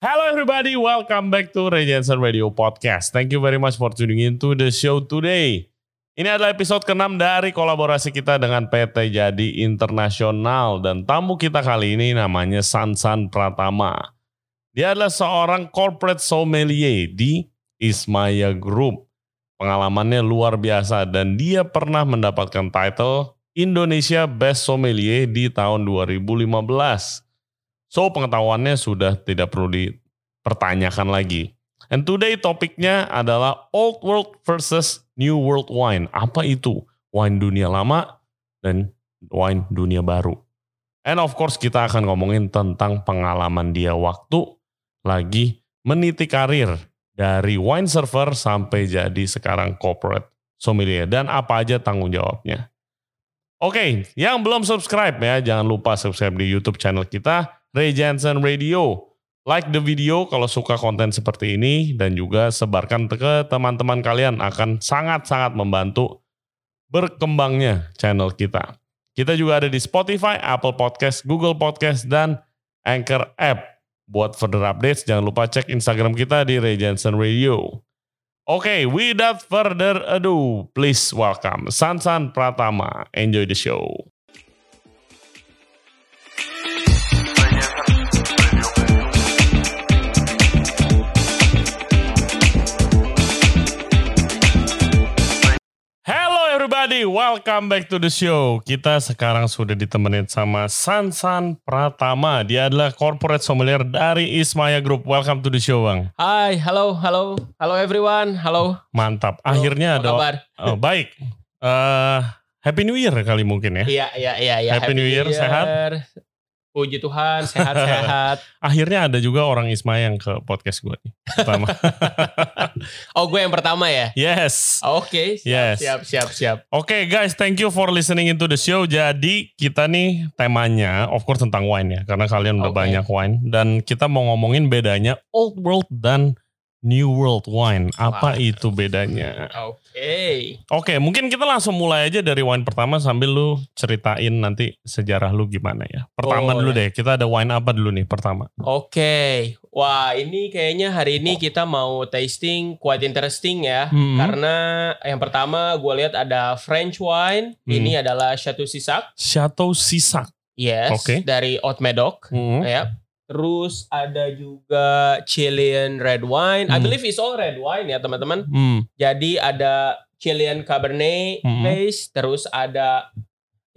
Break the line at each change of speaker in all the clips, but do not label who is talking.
Hello everybody, welcome back to Ray Jensen Radio Podcast. Thank you very much for tuning in to the show today. Ini adalah episode ke-6 dari kolaborasi kita dengan PT Jadi Internasional dan tamu kita kali ini namanya Sansan Pratama. Dia adalah seorang corporate sommelier di Ismaya Group. Pengalamannya luar biasa dan dia pernah mendapatkan title Indonesia Best Sommelier di tahun 2015. So pengetahuannya sudah tidak perlu dipertanyakan lagi. And today topiknya adalah Old World versus New World Wine. Apa itu? Wine dunia lama dan wine dunia baru. And of course kita akan ngomongin tentang pengalaman dia waktu lagi meniti karir dari wine server sampai jadi sekarang corporate sommelier dan apa aja tanggung jawabnya. Oke, yang belum subscribe ya jangan lupa subscribe di YouTube channel kita Ray Jensen Radio. Like the video kalau suka konten seperti ini dan juga sebarkan ke teman-teman kalian akan sangat-sangat membantu berkembangnya channel kita. Kita juga ada di Spotify, Apple Podcast, Google Podcast, dan Anchor App. Buat further updates, jangan lupa cek Instagram kita di Ray Jensen Radio. Oke, without further ado, please welcome Sansan Pratama. Enjoy the show. Hello everybody, welcome back to the show. Kita sekarang sudah ditemenin sama Sansan Pratama. Dia adalah corporate sommelier dari Ismaya Group. Welcome to the show, Bang.
Hai, halo, halo, halo everyone, halo.
Mantap. Akhirnya
Halo,
ada
apa kabar?
oh, baik. Eh, Happy New Year kali mungkin ya.
Iya, iya, iya, iya.
Happy New Year, sehat?
Puji Tuhan, sehat, sehat.
Akhirnya ada juga orang Ismaya yang ke podcast gue nih. Pertama.
Oh, gue yang pertama ya.
yes.
Oke, siap,
Yes.
siap, siap, siap.
Oke guys, thank you for listening into the show. Jadi kita nih temanya, of course tentang wine ya, karena kalian udah
Oke.
banyak wine dan kita mau ngomongin bedanya old world dan new world wine. Apa
Wah.
itu bedanya?
Oke.
Oke, mungkin kita langsung mulai aja dari wine pertama sambil lu ceritain nanti sejarah lu gimana ya. Pertama dulu deh, kita ada wine apa dulu nih pertama?
Oke. Wah, ini kayaknya hari ini kita mau tasting quite interesting ya.
Hmm.
Karena yang pertama gue lihat ada French wine.
Hmm.
Ini adalah Chateau Sisak.
Chateau Sisak.
Yes,
Oke.
dari Haute Medoc. ya. Terus ada juga Chilean red wine.
Hmm.
I believe it's all red wine ya teman-teman.
Hmm.
Jadi ada Chilean Cabernet
Hmm.
base. Terus ada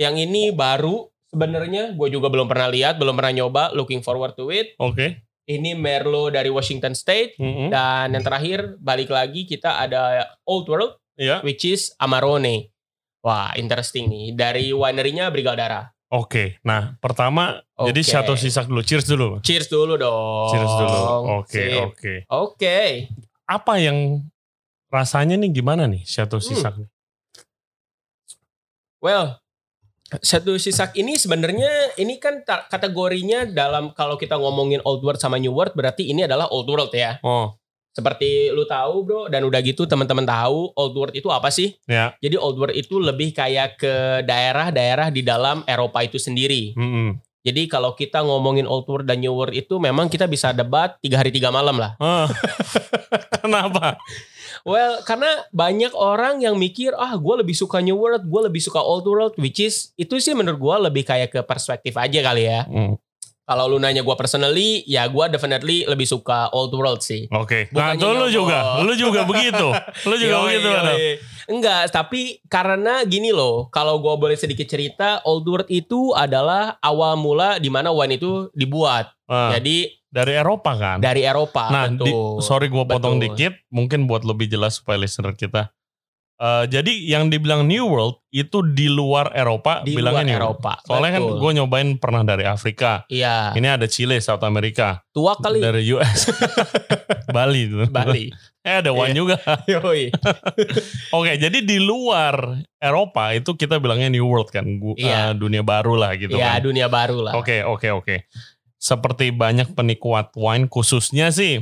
yang ini baru sebenarnya. Gue juga belum pernah lihat, belum pernah nyoba. Looking forward to it.
Oke. Hmm.
Ini Merlot dari Washington State.
Mm-mm.
Dan yang terakhir balik lagi kita ada Old World,
Ya.
which is Amarone. Wah, interesting nih. Dari winerinya Brigaldara.
Oke. Nah, pertama jadi
Oke.
Chateau Sisak dulu. Cheers dulu.
Cheers dulu dong.
Cheers dulu. Oke,
Sip.
oke.
Oke.
Apa yang rasanya nih gimana nih Chateau Sisak? nih?
Well, satu sisak ini sebenarnya ini kan ta- kategorinya dalam kalau kita ngomongin old world sama new world berarti ini adalah old world ya.
Oh,
Seperti lu tahu bro dan udah gitu teman-teman tahu old world itu apa sih?
ya.
Jadi old world itu lebih kayak ke daerah-daerah di dalam Eropa itu sendiri.
Mm-mm.
Jadi kalau kita ngomongin old world dan new world itu memang kita bisa debat tiga hari tiga malam lah.
Ah. Kenapa?
Well, karena banyak orang yang mikir, ah gue lebih suka New World, gue lebih suka Old World, which is, itu sih menurut gue lebih kayak ke perspektif aja kali ya.
Mm.
Kalau lu nanya gue personally, ya gue definitely lebih suka Old World sih.
Oke. Nah,
Bukannya
tuh lu
nyogok.
juga, lu juga begitu. Lu juga
Yoi,
begitu. Adam.
yoi. Enggak, tapi karena gini loh, kalau gue boleh sedikit cerita, Old World itu adalah awal mula di mana wine itu dibuat.
Ah,
Jadi
dari Eropa kan?
dari Eropa,
Nah, di-
betul.
sorry gue potong
Betul.
dikit, mungkin buat lebih jelas supaya listener kita. Eh, jadi yang dibilang New World itu di luar Eropa,
di luar
bilangnya New World.
Eropa.
Soalnya kan
betul.
gue nyobain pernah dari Afrika.
Iya,
Ini ada Chile, South America,
tua kali
dari US, Bali. tuh.
Bali.
Eh ada one
Iya.
juga.
Yoi.
Oke, jadi di luar Eropa itu kita bilangnya New World kan, Gu-
Iya.
eh, dunia baru lah gitu
ya
kan.
dunia baru lah.
Oke, oke, oke. Seperti banyak penikmat wine khususnya sih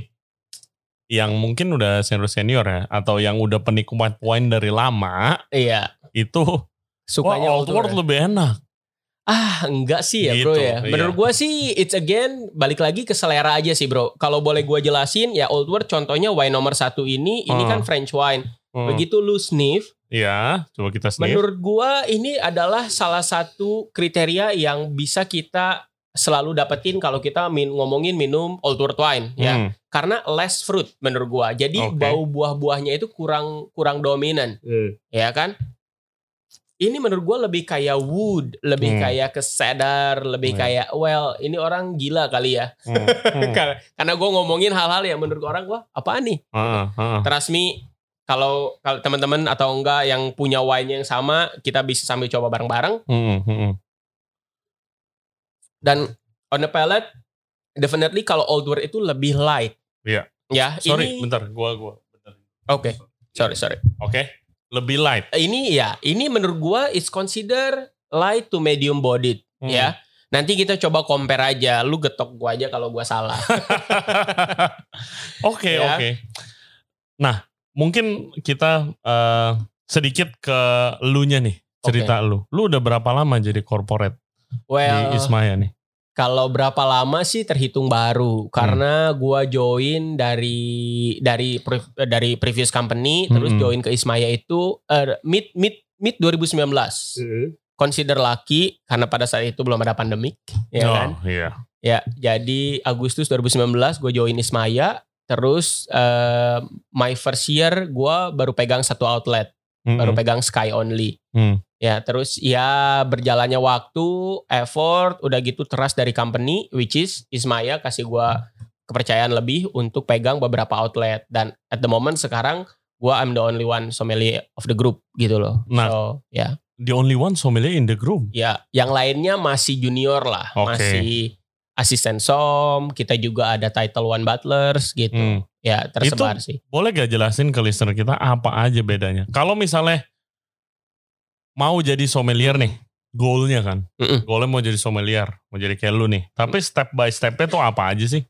yang mungkin udah senior-senior ya atau yang udah penikmat wine dari lama
Iya.
itu wah
Sukanya
old world
ya?
lebih enak.
Ah, enggak sih ya, Bro
Gitu,
ya.
iya.
Menurut gua sih it's again balik lagi ke selera aja sih, Bro. Kalau boleh gua jelasin ya Old World contohnya wine nomor satu ini ini
Hmm.
kan French wine.
Hmm.
Begitu lu sniff,
Iya, coba kita sniff.
menurut gua ini adalah salah satu kriteria yang bisa kita selalu dapetin kalau kita min- ngomongin minum Old World wine ya.
Hmm.
Karena less fruit menurut gua. Jadi
Oke.
bau buah-buahnya itu kurang kurang dominan. ya kan? Ini menurut gue lebih kayak wood, lebih
Hmm.
kayak ke cedar, lebih
Hmm.
kayak well ini orang gila kali ya.
Hmm. Hmm.
Karena- Karena gue ngomongin hal-hal yang menurut orang gue apaan nih?
Heeh, heeh.
Trust me, kalau kalau teman-teman atau enggak yang punya wine yang sama, kita bisa sambil coba bareng-bareng.
Hmm, hmm.
Dan on the palate, definitely kalau old world itu lebih light.
Iya.
Ya.
Sorry,
ini-
bentar, gua gua. bentar.
Oke. Sorry, sorry.
Oke. Lebih light.
Ini ya, ini menurut gue is consider light to medium bodied.
Hmm.
ya. Nanti kita coba compare aja. Lu getok gua aja kalau gua salah.
Oke,
Ya.
oke. Nah, mungkin kita eh, sedikit ke elunya nih, cerita lu. Lu udah berapa lama jadi corporate di
Well,
Ismaya nih?
kalau berapa lama sih terhitung
Hmm.
baru? Karena gua join dari dari pre- dari previous company terus
Mm-mm.
join ke Ismaya itu eh, mid mid mid 2019.
Hmm.
Consider lucky karena pada saat itu belum ada pandemik, ya
Oh,
kan?
iya.
Ya, jadi Agustus 2019 gue join Ismaya, terus eh, my first year gua baru pegang satu outlet.
Mm-mm.
baru pegang Sky Only.
Hmm.
Ya, terus ya berjalannya waktu, effort, udah gitu trust dari company which is Ismaya kasih gua kepercayaan lebih untuk pegang beberapa outlet dan at the moment sekarang gua I'm the only one sommelier of the group gitu loh.
Nah.
So, ya.
The only one sommelier in the room.
Ya, yang lainnya masih junior lah,
Oke.
masih asisten som, kita juga ada title one butlers gitu.
Hmm.
Ya, tersebar sih.
Boleh gak jelasin ke listener kita apa aja bedanya? Kalau misalnya mau jadi sommelier nih, goalnya kan.
Mm-mm.
Goalnya mau jadi sommelier, mau jadi kayak lu nih. Tapi step by stepnya tuh apa aja sih?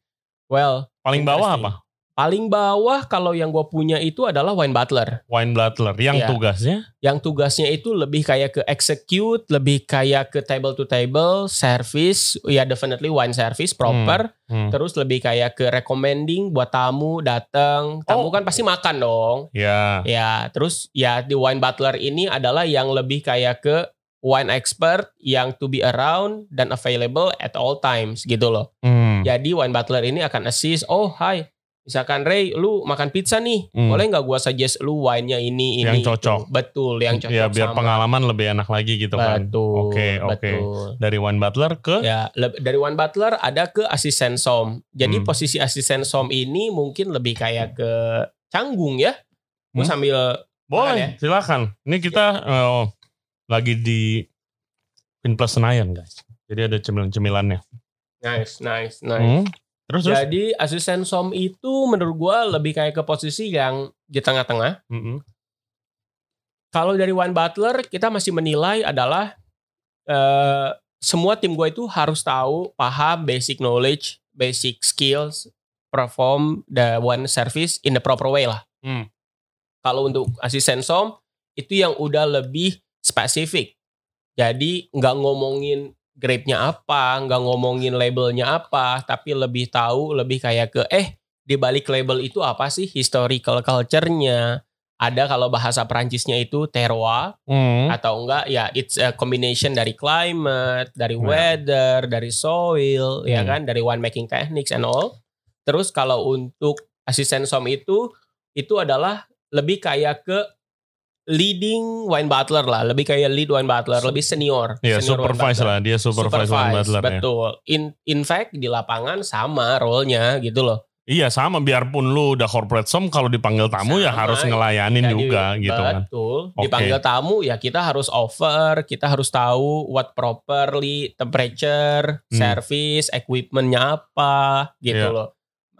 Well,
Paling bawah apa?
Interesting. paling bawah kalau yang gua punya itu adalah wine butler.
Wine Butler. Yang
Iya.
tugasnya
yang tugasnya itu lebih kayak ke execute, lebih kayak ke table to table, service, ya definitely wine service proper,
Hmm.
terus lebih kayak ke recommending buat tamu datang, tamu
Oh.
kan pasti makan dong,
Ya.
ya terus ya di wine butler ini adalah yang lebih kayak ke wine expert yang to be around dan available at all times gitu loh.
Hmm.
Jadi wine butler ini akan assist. Oh hi, misalkan Ray, lu makan pizza nih,
Hmm.
boleh nggak gua suggest lu wine-nya ini ini
Yang
itu?
cocok.
Betul, yang cocok.
ya biar
sama.
pengalaman lebih enak lagi gitu kan.
Betul.
Oke, oke.
betul.
Dari Wine Butler ke
Ya, le- dari one butler ada ke asisten som. Jadi
Hmm.
posisi asisten som ini mungkin lebih kayak ke canggung ya. Gua
Hmm.
sambil ya.
boleh silakan. Ini kita eh, lagi di Pinplus Senayan guys. Jadi ada cemilan-cemilannya.
nice, nice,
Hmm.
nice.
Terus terus.
Jadi asisten som itu menurut gua lebih kayak ke posisi yang di tengah-tengah.
Mm-mm.
kalau dari One Butler kita masih menilai adalah eh, semua tim gue itu harus tahu paham basic knowledge, basic skills, perform the one service in the proper way lah.
Hmm.
Kalau untuk asisten som itu yang udah lebih spesifik. Jadi nggak ngomongin grade-nya apa, nggak ngomongin labelnya apa, tapi lebih tahu lebih kayak ke eh di balik label itu apa sih historical culture-nya, ada kalau bahasa Perancisnya itu terroir
Hmm.
atau enggak ya it's a combination dari climate, dari
Ya.
weather, dari soil ya
Hmm.
kan, dari wine making techniques and all. Terus kalau untuk asisten som itu itu adalah lebih kayak ke leading wine butler lah, lebih kayak lead wine butler, lebih senior.
Ya
senior wine
supervise
butler.
lah dia supervise, Wine Butler ya.
betul. In in fact di lapangan sama role-nya gitu loh.
Iya sama biarpun lu udah corporate som kalau dipanggil tamu ya
Sama,
harus ngelayanin
Jadi,
juga gitu kan.
Betul.
Oke.
Dipanggil tamu ya kita harus offer, kita harus tahu what properly temperature,
Hmm.
service, equipmentnya apa gitu
Iya.
loh.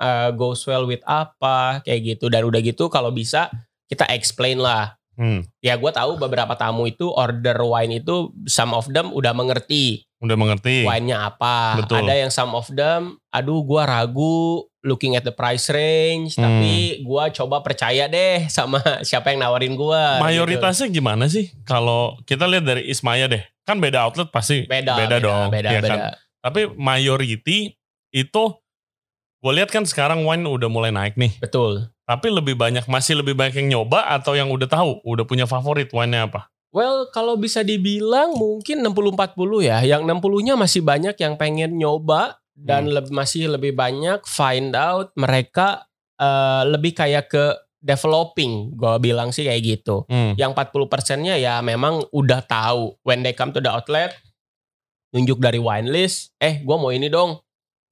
Eh, goes well with apa kayak gitu dan udah gitu kalau bisa kita explain lah.
Hmm.
Ya gue tahu beberapa tamu itu order wine itu some of them udah mengerti
Udah mengerti.
wine-nya
Iya.
apa.
Betul.
Ada yang some of them aduh gua ragu looking at the price range
Hmm.
tapi gua coba percaya deh sama siapa yang nawarin gua. gitu.
Mayoritasnya gimana sih? Kalau kita lihat dari Ismaya deh, kan beda outlet pasti
Beda,
dong.
Beda,
iya
beda.
kan? Tapi mayority itu gue lihat kan sekarang wine udah mulai naik nih.
Betul.
Tapi lebih banyak masih lebih banyak yang nyoba atau yang udah tahu, udah punya favorit wine-nya apa?
Well, kalau bisa dibilang mungkin 60-40 ya. Yang 60-nya masih banyak yang pengen nyoba dan
Hmm.
leb- masih lebih banyak find out mereka eh, lebih kayak ke developing. Gua bilang sih kayak gitu.
Hmm.
Yang 40%-nya ya memang udah tahu when they come to the outlet nunjuk dari wine list, eh gua mau ini dong.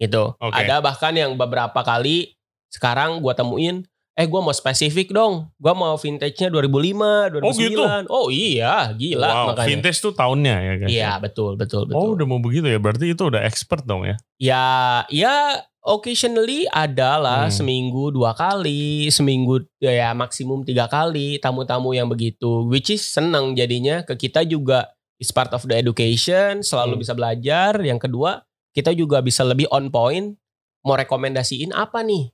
Gitu.
Oke.
Ada bahkan yang beberapa kali sekarang gua temuin Eh gua mau spesifik dong Gua mau vintage-nya 2005, 2009
Oh, gitu?
Oh iya gila
wow,
makanya
vintage tuh tahunnya ya guys.
Iya betul betul betul.
Oh udah mau begitu ya, berarti itu udah expert dong ya.
Ya ya occasionally ada lah
Hmm.
seminggu dua kali, seminggu ya maksimum tiga kali tamu-tamu yang begitu. Which is seneng jadinya ke kita juga is part of the education, selalu
Hmm.
bisa belajar. Yang kedua kita juga bisa lebih on point mau rekomendasiin apa nih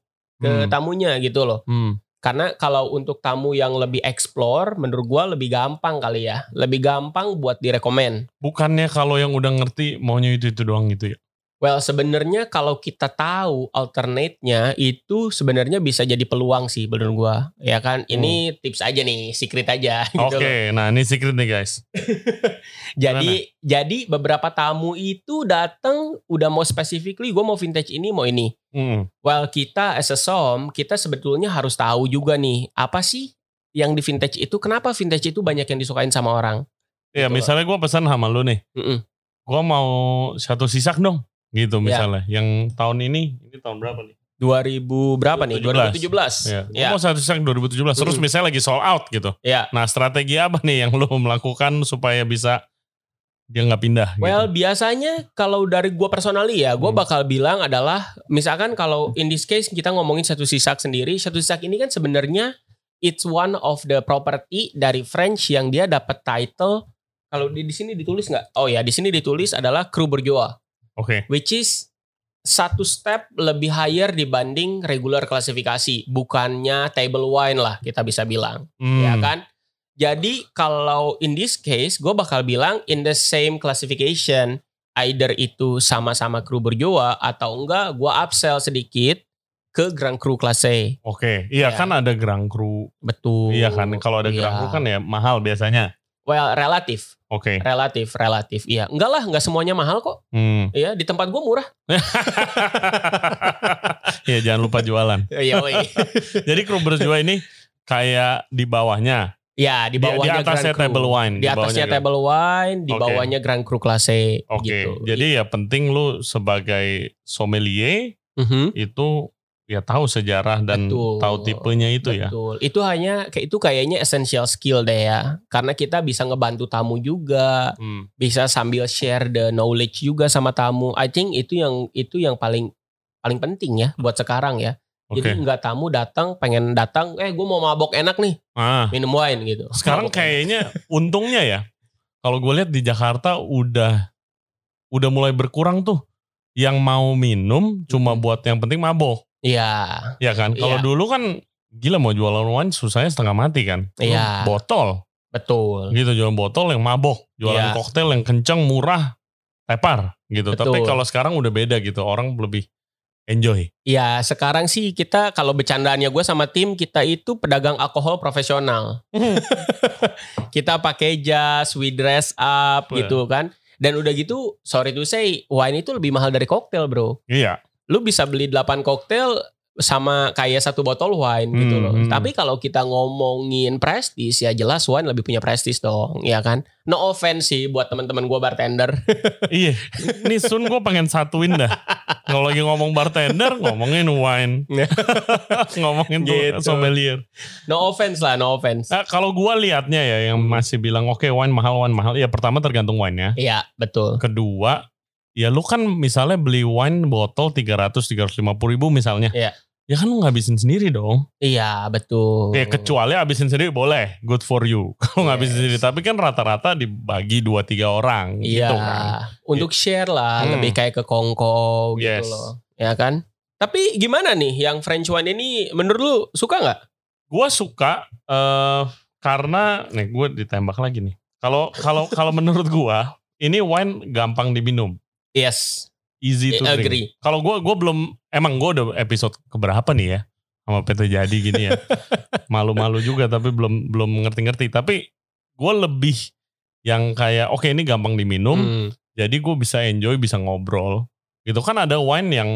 Hmm.
ke tamunya gitu loh.
Hmm.
Karena kalau untuk tamu yang lebih explore, menurut gua lebih gampang kali ya, lebih gampang buat direkomend.
Bukannya kalau yang udah ngerti maunya itu itu doang gitu ya?
Well, sebenarnya kalau kita tahu alternate-nya itu sebenarnya bisa jadi peluang sih menurut gua. Ya kan? Ini tips aja nih, secret aja gitu
Oke,
loh.
nah ini secret nih guys.
Jadi jadi beberapa tamu itu datang udah mau specifically gua mau vintage ini, mau ini.
Hmm.
Well, kita as a som, kita sebetulnya harus tahu juga nih, apa sih yang di vintage itu? Kenapa vintage itu banyak yang disukain sama orang?
Ya
Gitu loh.
misalnya gue pesan sama lu nih,
Mm-mm.
gue mau satu sisak dong, gitu
Ya.
misalnya. Yang tahun ini, ini tahun berapa nih?
2000 berapa nih?
2017.
2017.
Ya.
Ya.
Gua mau satu sisak 2017. Terus
Mm.
misalnya lagi sold out gitu.
Ya.
Nah strategi apa nih yang lu melakukan supaya bisa dia nggak pindah?
Well
gitu?
biasanya kalau dari gue personally ya, gue
Hmm.
bakal bilang adalah misalkan kalau in this case kita ngomongin satu sisak sendiri, satu sisak ini kan sebenarnya it's one of the property dari French yang dia dapat title kalau di, di sini ditulis nggak? Oh ya di sini ditulis adalah kru berjoa,
Oke.
which is satu step lebih higher dibanding regular klasifikasi, bukannya table wine lah kita bisa bilang
Hmm.
ya kan? Jadi kalau in this case, gue bakal bilang in the same classification, either itu sama-sama kru berjoa atau enggak, gue upsell sedikit ke Grand Cru Classe.
Oke, iya
Ya.
kan ada gerang kru,
Betul.
iya kan. Kalau ada
Iya.
gerang kru kan ya mahal biasanya.
Well, relatif,
Oke,
relatif, relatif. Iya, enggak lah, enggak semuanya mahal kok.
hmm.
Iya, di tempat gue murah.
ya jangan lupa jualan.
Iya, woi.
Jadi kru berjuang ini kayak di bawahnya,
ya
di,
di
di
bawahnya
atasnya
Grand Cru.
table wine,
Di atasnya
bawahnya Grand-
table wine, di
Oke.
bawahnya Grand Cru Classe.
Oke,
gitu.
jadi ya penting lu sebagai sommelier
Mhm.
itu ya tahu sejarah dan
Betul.
tahu tipenya itu ya.
Betul. Itu hanya kayak itu kayaknya essential skill deh ya. Karena kita bisa ngebantu tamu juga,
Hmm.
bisa sambil share the knowledge juga sama tamu. I think itu yang itu yang paling paling penting ya buat sekarang ya.
Oke.
Jadi nggak tamu datang pengen datang, eh gue mau mabok enak nih
Ah,
minum wine gitu.
sekarang
Mabok enak.
kayaknya untungnya ya. Kalau gue lihat di Jakarta udah udah mulai berkurang tuh yang mau minum cuma
Mhm.
buat yang penting mabok,
Iya,
ya kan? Kalau
Iya.
dulu kan gila mau jualan wine susahnya setengah mati kan. Lu
Iya.
Botol.
betul.
gitu jualan botol yang mabok jualan
Iya.
koktail yang kenceng murah tepar gitu tapi
Betul.
kalau sekarang udah beda gitu orang lebih enjoy
Iya, sekarang sih kita kalau bercandaannya gue sama tim kita itu pedagang alkohol profesional. kita pakai jas, we dress up
Wah.
gitu kan. Dan udah gitu, sorry to say, wine itu lebih mahal dari koktail bro.
iya
Lu bisa beli 8 koktail sama kayak satu botol wine gitu
Hmm,
loh.
hmm.
Tapi kalau kita ngomongin prestis ya jelas wine lebih punya prestis dong, ya kan? No offense sih buat teman-teman gua bartender.
iya ini Sun gue pengen satuin dah kalau lagi ngomong bartender ngomongin wine ngomongin tuh
Gitu.
sommelier
No offense lah, no offense.
Nah, kalau gue liatnya ya yang
Hmm.
masih bilang oke wine mahal wine mahal ya pertama tergantung wine nya
Iya, betul.
kedua ya lu kan misalnya beli wine botol 300 350 ribu misalnya
Iya.
ya kan lu ngabisin sendiri dong
Iya, betul.
Ya kecuali habisin sendiri boleh, good for you. Kalau nggak habisin
Yes.
sendiri, tapi kan rata-rata dibagi 2-3 orang
Iya,
gitu kan.
untuk share lah,
Hmm.
lebih kayak ke Kongko gitu
Yes.
loh, ya kan? Tapi gimana nih yang French wine ini menurut lu suka nggak?
Gua suka eh karena nih gue ditembak lagi nih. Kalau kalau kalau menurut gua ini wine gampang diminum,
Yes,
easy to drink.
I Iya, Eh, agree.
Kalau gue gue belum emang gue udah episode keberapa nih ya sama PT Jadi gini ya. Malu-malu juga tapi belum belum ngerti-ngerti. Tapi gue lebih yang kayak oke ini gampang diminum,
Hmm.
jadi gue bisa enjoy bisa ngobrol. Gitu kan ada wine yang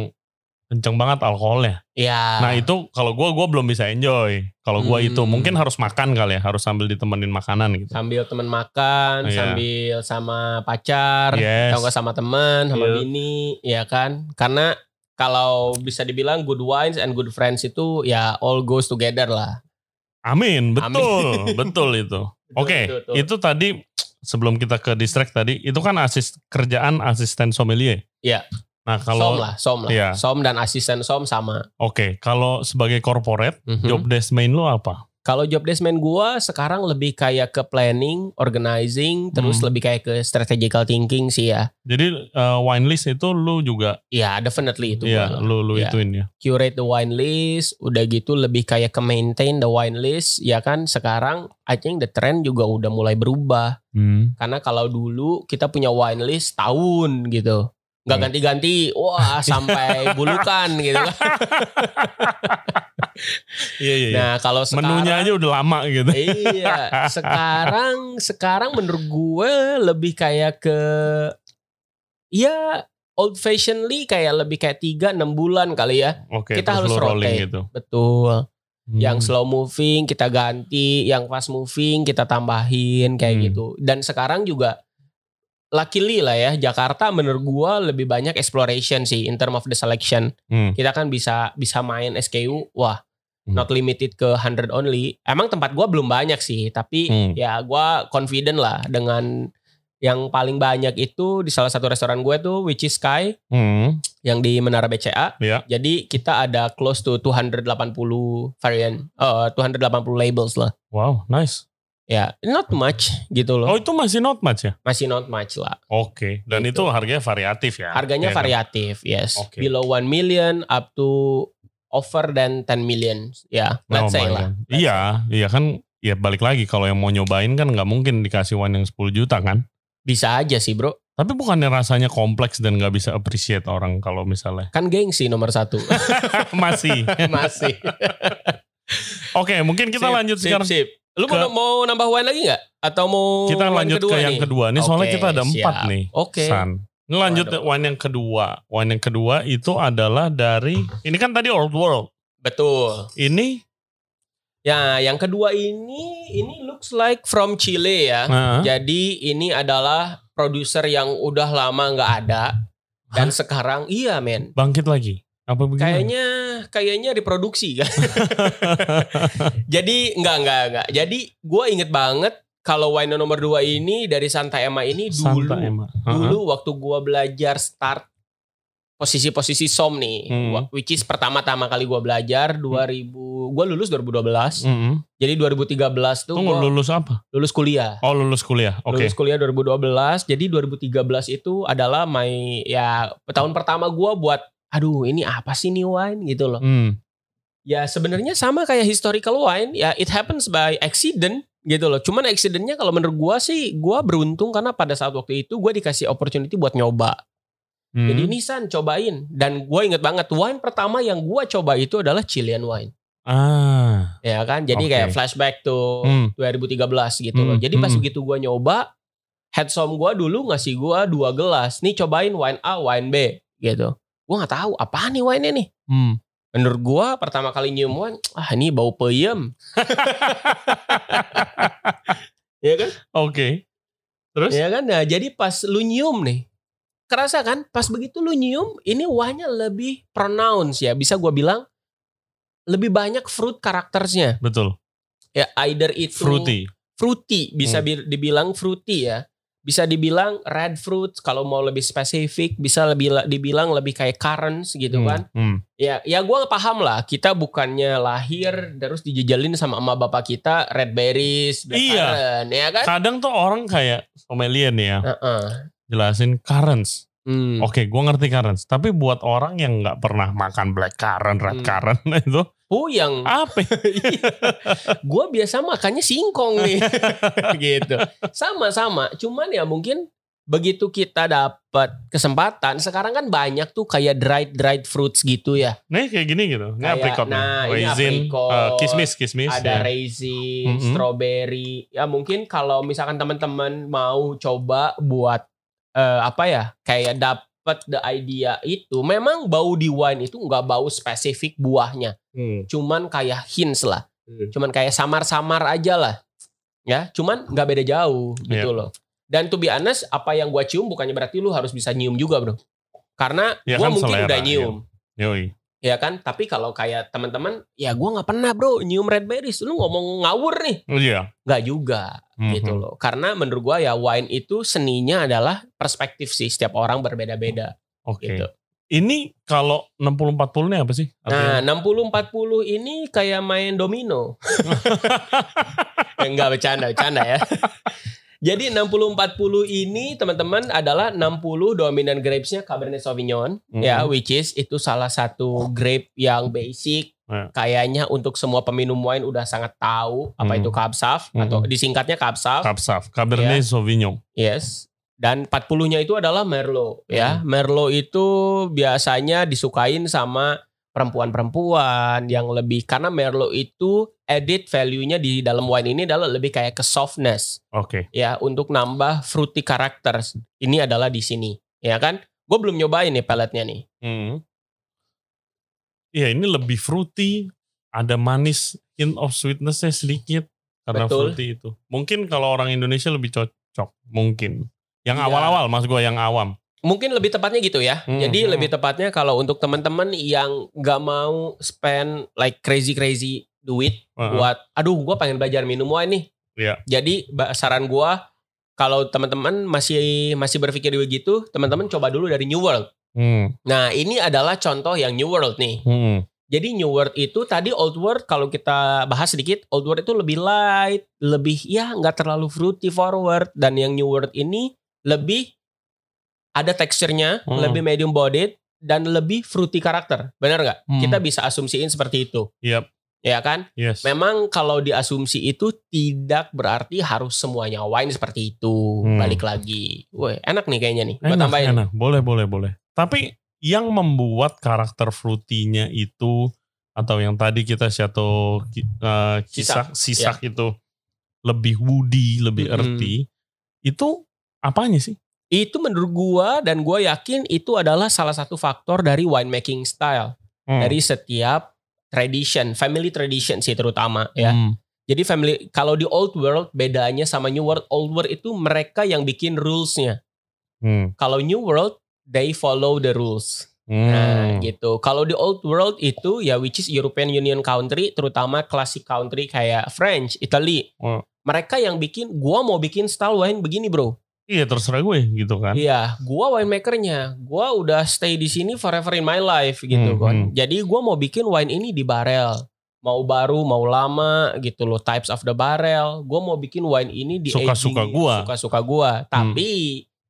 kenceng banget alkoholnya.
Ya.
Nah itu kalau gue gue belum bisa enjoy. Kalau gue
Hmm.
itu mungkin harus makan kali ya, harus sambil ditemenin makanan gitu.
sambil teman makan,
Iya.
sambil sama pacar,
Yes.
atau nggak sama teman, sama
Iya.
bini, ya kan? Karena kalau bisa dibilang good wines and good friends itu ya all goes together lah.
Amin,
Amin.
betul, betul itu. Oke,
Betul, betul, betul.
itu tadi sebelum kita ke distract tadi, itu kan asis kerjaan asisten sommelier.
Iya.
Nah
som
kalau oke,
lah, som lah,
Iya.
som dan asisten som sama.
kalau sebagai corporate,
Mhm.
job desk main lo apa?
Kalau job desk man gua sekarang lebih kayak ke planning, organizing, terus
Hmm.
lebih kayak ke strategical thinking sih ya.
Jadi eh, wine list itu lu juga,
Ya definitely itu.
ya
gua.
lu lu
Iya.
ituin ya.
curate the wine list, udah gitu lebih kayak ke maintain the wine list, ya kan sekarang I think the trend juga udah mulai berubah.
Hmm.
Karena kalau dulu kita punya wine list tahun gitu. Nggak
Hmm.
ganti-ganti, wah sampai bulukan gitu kan.
Iya iya. iya.
Nah kalau sekarang
Menunya aja udah lama gitu.
iya sekarang sekarang menurut gue lebih kayak ke ya old fashionedly kayak lebih kayak 3 6 bulan kali ya.
Oke,
kita
terus
harus
lu rolling
rotate.
gitu.
Betul.
Hmm.
yang slow moving kita ganti, yang fast moving kita tambahin kayak
Hmm.
gitu. Dan sekarang juga luckily lah ya Jakarta menurut gua lebih banyak exploration sih in term of the selection.
Hmm.
Kita kan bisa bisa main SKU, wah
Hmm.
not limited ke 100 only. Emang tempat gua belum banyak sih, tapi
Hmm.
ya gua confident lah dengan yang paling banyak itu di salah satu restoran gue tuh which is Sky
Hmm.
yang di Menara BCA.
Iya.
Jadi kita ada close to 280 variant, eh 280 labels lah.
Wow, nice.
Ya, not much gitu
Oh
loh.
itu masih not much ya?
Masih not much lah.
Oke, dan
Gitu.
itu harganya variatif ya?
Harganya
Iya kan?
variatif, yes.
Oke.
Below 1 million up to over than 10 million. Ya,
Oh
let's say
my
lah.
God. Iya, iya kan ya balik lagi kalau yang mau nyobain kan nggak mungkin dikasih wine yang 10 juta kan.
Bisa aja sih bro.
Tapi bukannya rasanya kompleks dan nggak bisa appreciate orang kalau misalnya
Kan geng sih nomor satu.
masih.
Masih.
Oke, mungkin kita
Sip,
lanjut
sip,
sekarang.
sip. Lu mau,
ke-
mau nambah wine lagi nggak? Atau mau
Kita
wine
lanjut ke yang
nih?
kedua nih soalnya
Oke,
kita ada empat
siap.
nih.
Oke.
San. Ini lanjut
Waduh.
wine yang kedua. Wine yang kedua itu adalah dari ini kan tadi Old World.
Betul.
Ini
Ya, yang kedua ini ini looks like from Chile ya.
nah,
Jadi ini adalah produser yang udah lama nggak ada dan sekarang iya men.
bangkit lagi. Apa begini?
Kayaknya kayaknya diproduksi kan. Jadi nggak nggak nggak. Jadi gue inget banget kalau wine nomor 2 ini dari Santa Emma ini dulu
Santa Emma.
dulu waktu gue belajar start posisi-posisi som nih,
Hmm.
wa- which is pertama-tama kali gue belajar 2000 gue lulus 2012.
Mm-mm.
Jadi 2013 tuh
Tunggu
gua
lulus apa?
lulus kuliah.
Oh lulus kuliah. Oke.
Lulus kuliah 2012. Jadi 2013 itu adalah my ya tahun pertama gua buat aduh ini apa sih nih wine gitu loh.
Hmm.
Ya sebenarnya sama kayak historical wine ya it happens by accident gitu loh. Cuman accidentnya kalau menurut gua sih gua beruntung karena pada saat waktu itu gua dikasih opportunity buat nyoba.
Hmm.
Jadi Nissan cobain dan gua inget banget wine pertama yang gua coba itu adalah Chilean wine.
ah,
Ya kan? Jadi
Oke.
kayak flashback tuh
hmm.
2013 gitu
Hmm,
loh. Jadi pas
hmm.
begitu gua nyoba, headsom gua dulu ngasih gua dua gelas. Nih cobain wine A, wine B gitu. Gua nggak tahu apa nih wine nih.
Hmm.
Menurut gua pertama kali nyium wine, ah ini bau peyem. Iya kan?
Oke. Terus?
Iya kan? Nah, jadi pas lu nyium nih, kerasa kan? Pas begitu lu nyium, ini wine-nya lebih pronounce ya. Bisa gua bilang lebih banyak fruit karakternya.
Betul.
Ya either itu
Fruity.
fruity
Hmm.
bisa bi- dibilang fruity ya bisa dibilang red fruit kalau mau lebih spesifik bisa lebih dibilang lebih kayak currants gitu kan
Hmm.
ya ya gue paham lah kita bukannya lahir terus dijejalin sama emak bapak kita red berries black
Iya.
currant ya kan
Kadang tuh orang kayak sommelier nih ya,
Heeh.
jelasin currants.
Hmm.
Oke, gua ngerti currants. Tapi buat orang yang nggak pernah makan black currant, red
Hmm.
currant itu
Puyeng.
apa? ya?
gue biasa makannya singkong nih gitu sama sama cuman ya mungkin begitu kita dapat kesempatan sekarang kan banyak tuh kayak dried dried fruits gitu ya
Nih kayak gini gitu. Ini
Kayak,
apricot. nih.
nah, ini
Raisin,
apricot.
eh, kismis, kismis.
ada
ya.
raisin,
Mhm.
strawberry. Ya mungkin kalau misalkan teman-teman mau coba buat eh, apa ya? Kayak dapat the idea itu. Memang bau di wine itu nggak bau spesifik buahnya.
Hmm.
Cuman kayak hints lah.
Hmm.
Cuman kayak samar-samar aja lah. Ya, cuman nggak beda jauh gitu
Iya.
loh. Dan to be honest, apa yang gua cium bukannya berarti lu harus bisa nyium juga, Bro. Karena
Ya
gua
kan
mungkin
selera,
udah
ya.
nyium
Yoi.
ya kan tapi kalau kayak teman-teman ya gua nggak pernah bro nyium red berries lu ngomong ngawur nih
Oh, Iya.
nggak juga
Mhm.
gitu loh karena menurut gua ya wine itu seninya adalah perspektif sih setiap orang berbeda-beda
Oh, Oke.
gitu
Ini kalau 60-40 ini apa sih?
nah 60 40 ini kayak main domino enggak bercanda bercanda ya jadi 60 40 ini teman-teman adalah 60 dominan grapesnya Cabernet Sauvignon ya which is itu salah satu grape yang basic
Ya.
kayaknya untuk semua peminum wine udah sangat tahu apa
Hmm.
itu Kabsaf
Hmm.
atau disingkatnya Kabsaf
Kapsaf. Hmm. Cabernet Sauvignon.
Ya. yes dan 40-nya itu adalah merlot ya merlot itu biasanya disukain sama perempuan-perempuan yang lebih karena merlot itu added value-nya di dalam wine ini adalah lebih kayak ke softness
Oke.
ya untuk nambah fruity karakter ini adalah di sini ya kan gue belum nyobain nih peletnya nih
Hmm. Iya ini lebih fruity. Ada manis. Hint of sweetnessnya sedikit. Karena
Betul.
fruity itu. Mungkin kalau orang Indonesia lebih cocok. Mungkin. Yang
Iya.
awal-awal mas gue yang awam.
mungkin lebih tepatnya gitu ya.
Hmm,
Jadi
hmm.
lebih tepatnya kalau untuk teman-teman yang nggak mau spend like crazy crazy duit
Heeh.
buat, aduh, gue pengen belajar minum wine nih.
Uh-huh. Iya.
Jadi ba- saran gue kalau teman-teman masih masih berpikir begitu, teman-teman coba dulu dari New World.
Hmm.
Nah ini adalah contoh yang New World nih.
Hmm.
Jadi New World itu tadi Old World kalau kita bahas sedikit, Old World itu lebih light, lebih ya nggak terlalu fruity forward dan yang New World ini lebih ada teksturnya,
Hmm.
lebih medium bodied dan lebih fruity karakter. Benar nggak?
Hmm.
Kita bisa asumsiin seperti itu.
Yap.
Ya kan?
Yes.
Memang kalau diasumsi itu tidak berarti harus semuanya wine seperti itu.
Hmm.
Balik lagi. Woi, enak nih kayaknya nih. Gua
Enak,
tambahin.
enak. Boleh, boleh, boleh. Tapi yang membuat karakter fruity-nya itu atau yang tadi kita satu eh, kisah sisak itu lebih woody, lebih
iya. Mm-mm.
earthy, itu apanya sih?
Itu menurut gua dan gua yakin itu adalah salah satu faktor dari winemaking style
Hmm.
dari setiap tradition, family tradition sih terutama ya.
Hmm.
Jadi family kalau di old world bedanya sama new world, old world itu mereka yang bikin rulesnya.
Hmm.
Kalau new world they follow the rules.
Hmm.
Nah, gitu. Kalau di old world itu ya which is European Union country, terutama classic country kayak French, Italy.
Hmm.
Mereka yang bikin, gua mau bikin style wine begini, Bro.
Iya terserah gue gitu kan.
Iya, gua winemakernya. Gua udah stay di sini forever in my life gitu
Hmm,
kan.
hmm.
Jadi gua mau bikin wine ini di barel. Mau baru, mau lama gitu loh. Types of the barrel. Gua mau bikin wine ini di
Suka-suka
aging,
gua. Hmm.
Suka-suka gua. Tapi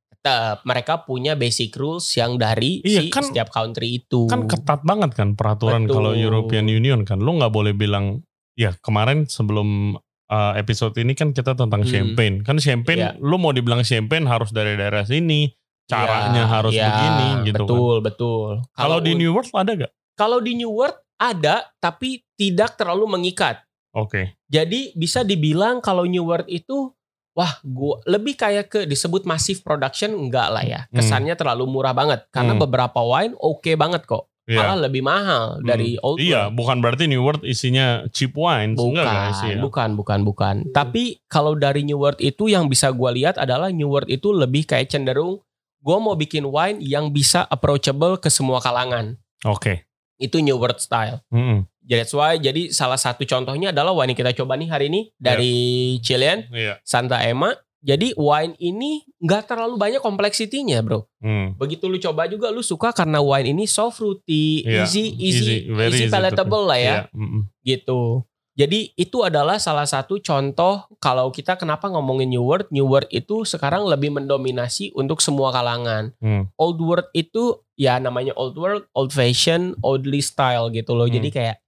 tetap mereka punya basic rules yang dari
Iya,
si
kan-
setiap country itu. Iya,
Kan ketat banget kan peraturan
Betul.
kalau European Union kan. Lu nggak boleh bilang ya kemarin sebelum uh, episode ini kan kita tentang
Hmm.
champagne. Kan champagne
Iya.
lu mau dibilang champagne harus dari daerah sini, caranya
Iya,
harus
iya,
begini gitu kan.
betul betul
Kalau di
un-
New World ada gak?
kalau di new world ada tapi tidak terlalu mengikat
Oke.
jadi bisa dibilang kalau new world itu wah gua lebih kayak ke disebut massive production enggak lah ya kesannya terlalu murah banget karena
Hmm.
beberapa wine oke banget kok
Iya.
malah lebih mahal dari old
Iya,
world.
bukan berarti New World isinya cheap wine,
Bukan,
enggak guys ya. Hmm.
bukan, bukan, bukan. Tapi kalau dari New World itu yang bisa gua lihat adalah New World itu lebih kayak cenderung gua mau bikin wine yang bisa approachable ke semua kalangan.
Oke.
itu New World style.
Mm-mm.
Jadi That's why jadi salah satu contohnya adalah wine yang kita coba nih hari ini dari Chilean
Iya.
Santa Emma. Jadi wine ini nggak terlalu banyak kompleksitinya, bro.
Hmm.
Begitu lu coba juga lu suka karena wine ini soft fruity,
Iya,
easy, easy,
very easy to
easy, palatable lah ya,
Iya, mm-mm.
gitu. Jadi itu adalah salah satu contoh kalau kita kenapa ngomongin New World, New World itu sekarang lebih mendominasi untuk semua kalangan
Hmm.
old world itu ya namanya old world, old fashion, oldly style gitu loh.
Hmm.
Jadi kayak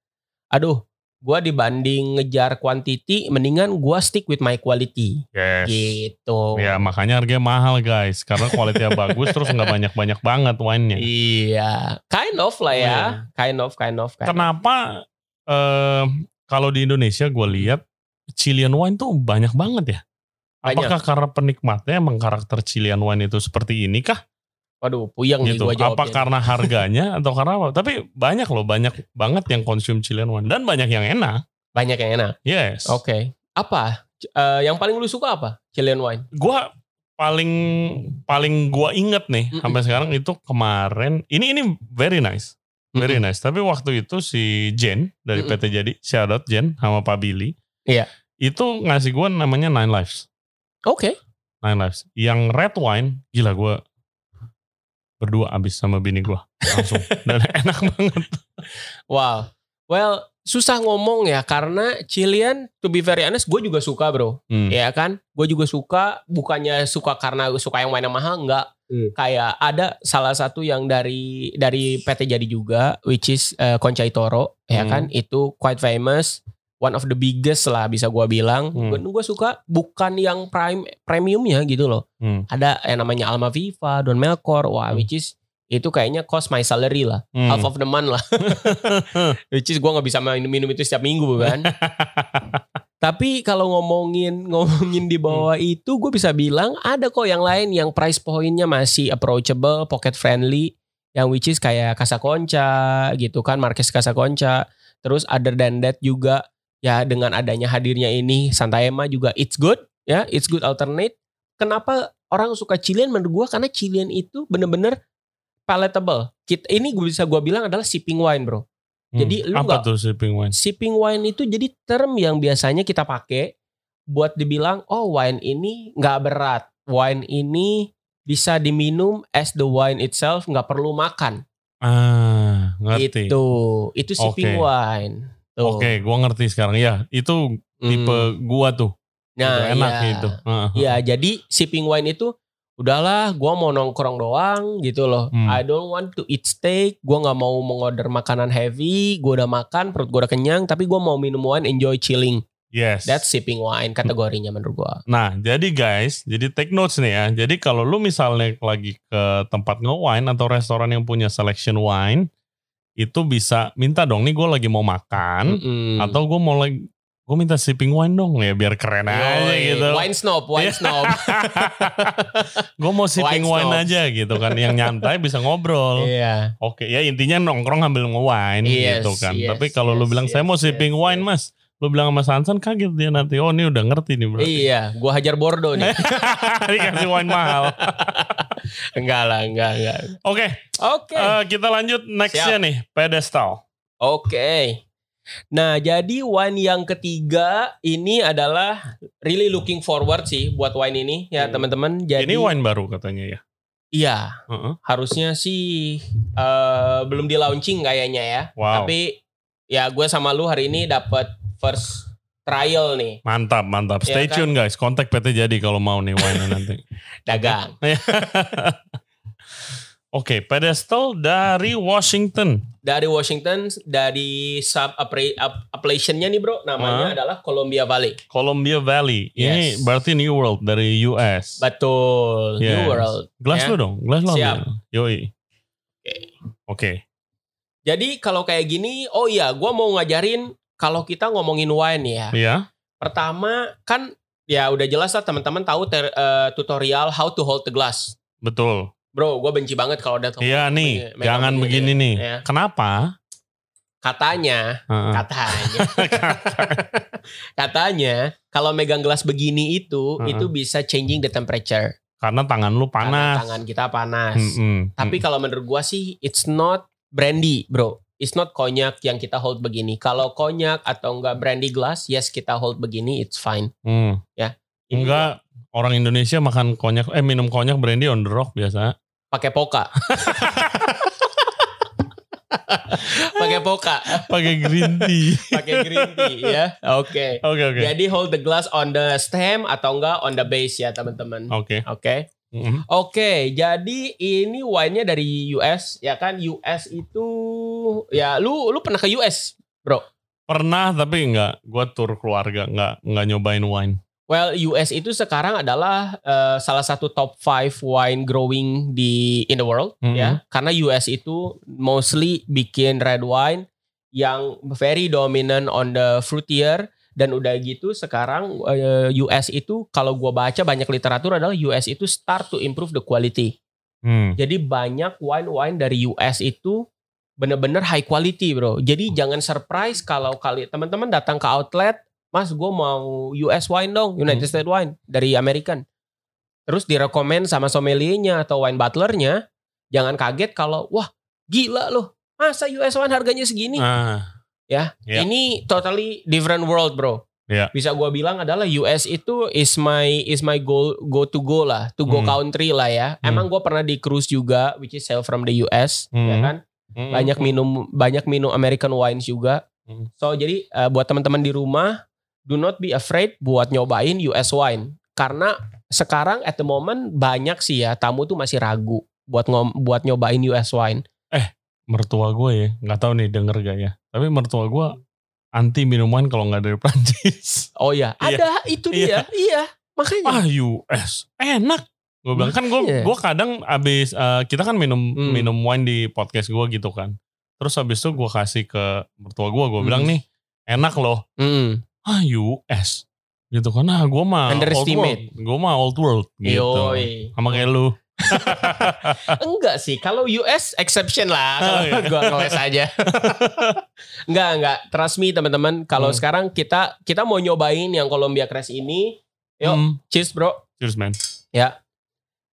aduh, Gua dibanding ngejar quantity, mendingan gua stick with my quality.
Yes.
Gitu.
Ya makanya harganya mahal guys karena kualitasnya bagus terus nggak banyak-banyak banget wine-nya.
Iya, kind of lah ya,
Iya.
kind of, kind of, kind of.
Kenapa eh, kalau di Indonesia gue lihat Chilean wine tuh banyak banget ya?
Banyak.
Apakah karena penikmatnya emang karakter Chilean wine itu seperti ini kah?
Waduh, puyeng nih
Gitu.
gua jawabnya.
Apa karena harganya atau karena apa? Tapi banyak loh, banyak banget yang konsum Chilean wine dan banyak yang enak.
Banyak yang enak.
Yes.
Oke. Apa? C- eh, yang paling lu suka apa? Chilean wine.
Gua paling paling gua inget nih
Mm-mm.
sampai sekarang itu kemarin ini ini very nice. Very nice. Tapi waktu itu si Jen dari
Mm-mm.
PT Jadi, shout out Jen sama Pak Billy.
Iya.
Itu ngasih gua namanya Nine Lives.
Oke.
Nine Lives. Yang red wine, gila gua berdua abis sama bini gua langsung. Dan enak banget.
Wow. Well, susah ngomong ya karena Chilean to be very honest gue juga suka, Bro.
Hmm.
Ya kan? Gue juga suka, bukannya suka karena suka yang wine yang mahal enggak.
Hmm.
Kayak ada salah satu yang dari dari PT Jadi juga which is eh, Conchai Toro, ya
Hmm.
kan? Itu quite famous. One of the biggest lah bisa gua bilang.
Hmm.
Gue suka bukan yang prime premiumnya gitu loh.
Hmm.
Ada yang namanya Alma Viva, Don Melkor, wah
Hmm.
which is itu kayaknya cost my salary lah
Hmm.
half of the month lah. Which is gue nggak bisa main- minum itu setiap minggu kan. Tapi kalau ngomongin ngomongin di bawah itu gue bisa bilang ada kok yang lain yang price pointnya masih approachable, pocket friendly, yang which is kayak Casa Concha gitu kan, Marquez Casa Concha. Terus other than that juga ya dengan adanya hadirnya ini Santaema juga it's good ya, it's good alternate. Kenapa orang suka Chilean menurut gue karena Chilean itu bener-bener palatable. Kita, ini gua bisa gue bilang adalah sipping wine bro.
Hmm.
jadi lu
apa
nggak-
tuh sipping wine?
Sipping wine itu jadi term yang biasanya kita pakai buat dibilang oh wine ini nggak berat, wine ini bisa diminum as the wine itself nggak perlu makan.
Ah, ngerti.
Itu itu sipping
Oke.
wine. Tuh.
Oke, gua ngerti sekarang. Ya, itu tipe
Hmm.
gua tuh.
nah,
Itu enak
iya.
gitu. Heeh.
Iya, jadi sipping wine itu udahlah gua mau nongkrong doang gitu loh.
Hmm.
I don't want to eat steak, gua nggak mau mengorder makanan heavy, gua udah makan, perut gua udah kenyang, tapi gua mau minum wine enjoy chilling.
Yes.
That's sipping wine kategorinya menurut gua.
Nah, jadi guys, jadi take notes nih ya. Jadi kalau lu misalnya lagi ke tempat nge-wine atau restoran yang punya selection wine, itu bisa minta dong nih gue lagi mau makan Kan?
Mm-mm.
atau gue mau lagi gue minta sipping wine dong ya biar keren aja
Yoi,
gitu.
Wine snob, wine snob.
Gue mau sipping
Wine
wine,
snob.
aja gitu kan yang nyantai bisa ngobrol.
Iya.
Oke, ya intinya nongkrong ambil nge-wine
Yes,
gitu kan.
yes,
Tapi kalau lu
yes,
bilang saya
yes,
mau sipping
yes,
wine,
yes.
Mas. Lu bilang sama Sansan kaget dia nanti. Oh, ini udah ngerti nih berarti.
Iya, gua hajar bordo nih.
Dikasih wine mahal.
enggak lah, enggak, enggak.
Oke,
Oke.
eh, kita lanjut nextnya nih pedestal.
Oke. Nah, jadi wine yang ketiga ini adalah really looking forward sih buat wine ini ya,
Hmm.
teman-teman. Jadi
Ini wine baru katanya ya.
iya,
Heeh.
harusnya sih eh, belum di launching kayaknya ya.
Wow,
Tapi ya gue sama lu hari ini dapat first trial nih,
mantap mantap. Stay
Iya kan?
tune guys. Kontak PT jadi kalau mau nih wine nanti.
dagang.
Oke, pedestal dari Washington.
Dari Washington dari sub appra- app- appellation-nya nih, Bro.
Ah.
Namanya adalah Columbia Valley.
Columbia Valley. Ini
Yes.
berarti New World dari US.
Betul.
Yes.
New World.
Glass
ya.
lu dong, glass lu.
Siap.
ambil. Yoi. Oke.
Jadi kalau kayak gini, oh iya, gua mau ngajarin kalau kita ngomongin wine ya.
Iya.
Pertama kan ya udah jelas lah teman-teman tahu ter- eh, tutorial how to hold the glass.
Betul.
Bro, gue benci banget kalau ada
Iya nih, jangan begini nih.
Iya.
Kenapa?
Katanya,
Heeh.
katanya, katanya kalau megang gelas begini itu,
Heeh.
itu bisa changing the temperature.
Karena tangan lu panas.
Karena tangan kita panas.
Mm-mm.
Tapi kalau menurut gua sih it's not brandy, bro. It's not konyak yang kita hold begini. Kalau konyak atau enggak brandy glass, yes kita hold begini, it's fine.
Mm.
Ya, Ini
Enggak, orang Indonesia makan konyak, eh minum konyak brandy on the rock biasa.
Pakai poka. pakai poka,
Pakai green tea.
pakai green tea ya. Oke.
Oke, oke.
Jadi hold the glass on the stem atau enggak on the base ya, teman-teman. Oke.
Oke. Mm.
Oke, jadi ini wine-nya dari US ya kan? US itu ya lu lu pernah ke US?
Pernah tapi nggak, gue tur keluarga nggak nggak nyobain wine.
Well, US itu sekarang adalah eh, salah satu top 5 wine growing di in the world
Mhm.
ya. Karena US itu mostly bikin red wine yang very dominant on the fruitier dan udah gitu sekarang eh, US itu kalau gua baca banyak literatur adalah US itu start to improve the quality.
Hmm.
Jadi banyak wine-wine dari US itu bener-bener high quality, Bro. Jadi jangan surprise kalau kali teman-teman datang ke outlet Mas, gue mau US wine dong, United States wine dari American. Terus direkomend sama sommeliernya atau wine butlernya, jangan kaget kalau wah gila loh, masa US wine harganya segini?
Ah, Ya.
Ini totally different world, bro.
Ya.
Bisa gua bilang adalah US itu is my is my go go to go lah, to go
Hmm.
country lah ya.
Hmm.
Emang gua pernah di cruise juga, which is sail from the US, ya
Hmm.
kan?
mm,
banyak minum banyak minum American wines juga.
Hmm.
So jadi eh, buat teman-teman di rumah do not be afraid buat nyobain US wine karena sekarang at the moment banyak sih ya tamu tuh masih ragu buat ngom buat nyobain US wine.
mertua gue ya nggak tahu nih denger gak ya. Tapi mertua gue anti minum wine kalau nggak dari Prancis.
Oh ya,
Iya.
ada itu dia. Iya, makanya.
ah US enak. Gue bilang kan gue
Makanya.
gue kadang abis eh, kita kan minum
Hmm.
minum wine di podcast gue gitu kan. Terus abis itu gue kasih ke mertua gue gue bilang
Hmm.
nih enak loh.
Mm.
Ah US gitu kan. Ah gue mah
Underestimate.
old world. Gue mah old world gitu.
Yoi.
Sama kayak lu.
Enggak sih, kalau US exception lah. Kalau
Oh, iya.
gua ngeles aja. enggak, enggak. Trust me teman-teman, kalau
Hmm.
sekarang kita kita mau nyobain yang Columbia Crash ini. Yuk.
Hmm.
Cheers, Bro.
Cheers man.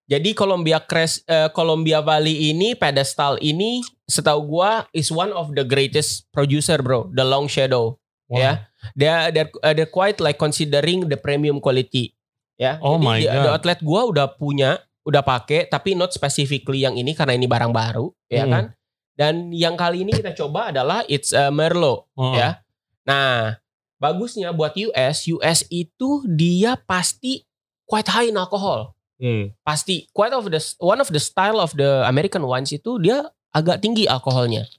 Jadi Columbia Crest, eh, Columbia Valley ini pedestal ini setahu gua is one of the greatest producer bro, the Long Shadow.
Wah.
Ya. They they're, uh, they're quite like considering the premium quality. Ya.
Oh my
Jadi di-
God.
The outlet gua udah punya, udah pakai tapi not specifically yang ini karena ini barang baru, ya
Hmm.
kan? Dan yang kali ini kita coba adalah it's a Merlot.
Oh.
Ya. Nah, bagusnya buat US, US itu dia pasti quite high in alcohol
Hmm.
pasti quite of the one of the style of the American wines itu dia agak tinggi alkoholnya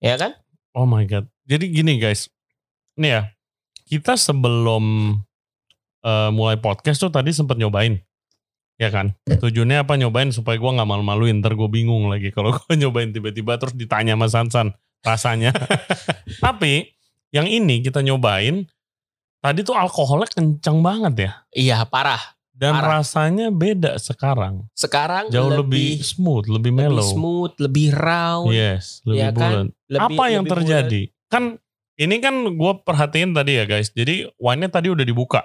ya kan
Oh my god. Jadi gini guys, nih ya kita sebelum eh, mulai podcast tuh tadi sempet nyobain, ya kan? Tujuannya apa nyobain supaya gua nggak malu-maluin, ntar gue bingung lagi kalau gue nyobain tiba-tiba terus ditanya sama Sansan rasanya. Tapi yang ini kita nyobain tadi tuh alkoholnya kencang banget ya
iya parah
dan
Parah.
rasanya beda sekarang
sekarang
jauh lebih,
lebih
smooth lebih
lebih
mellow Iya,
smooth lebih round
yes lebih
Ya kan?
bulat
lebih-
apa yang
lebih
terjadi? Kan ini kan gue perhatiin tadi ya guys. Jadi wine-nya tadi udah dibuka.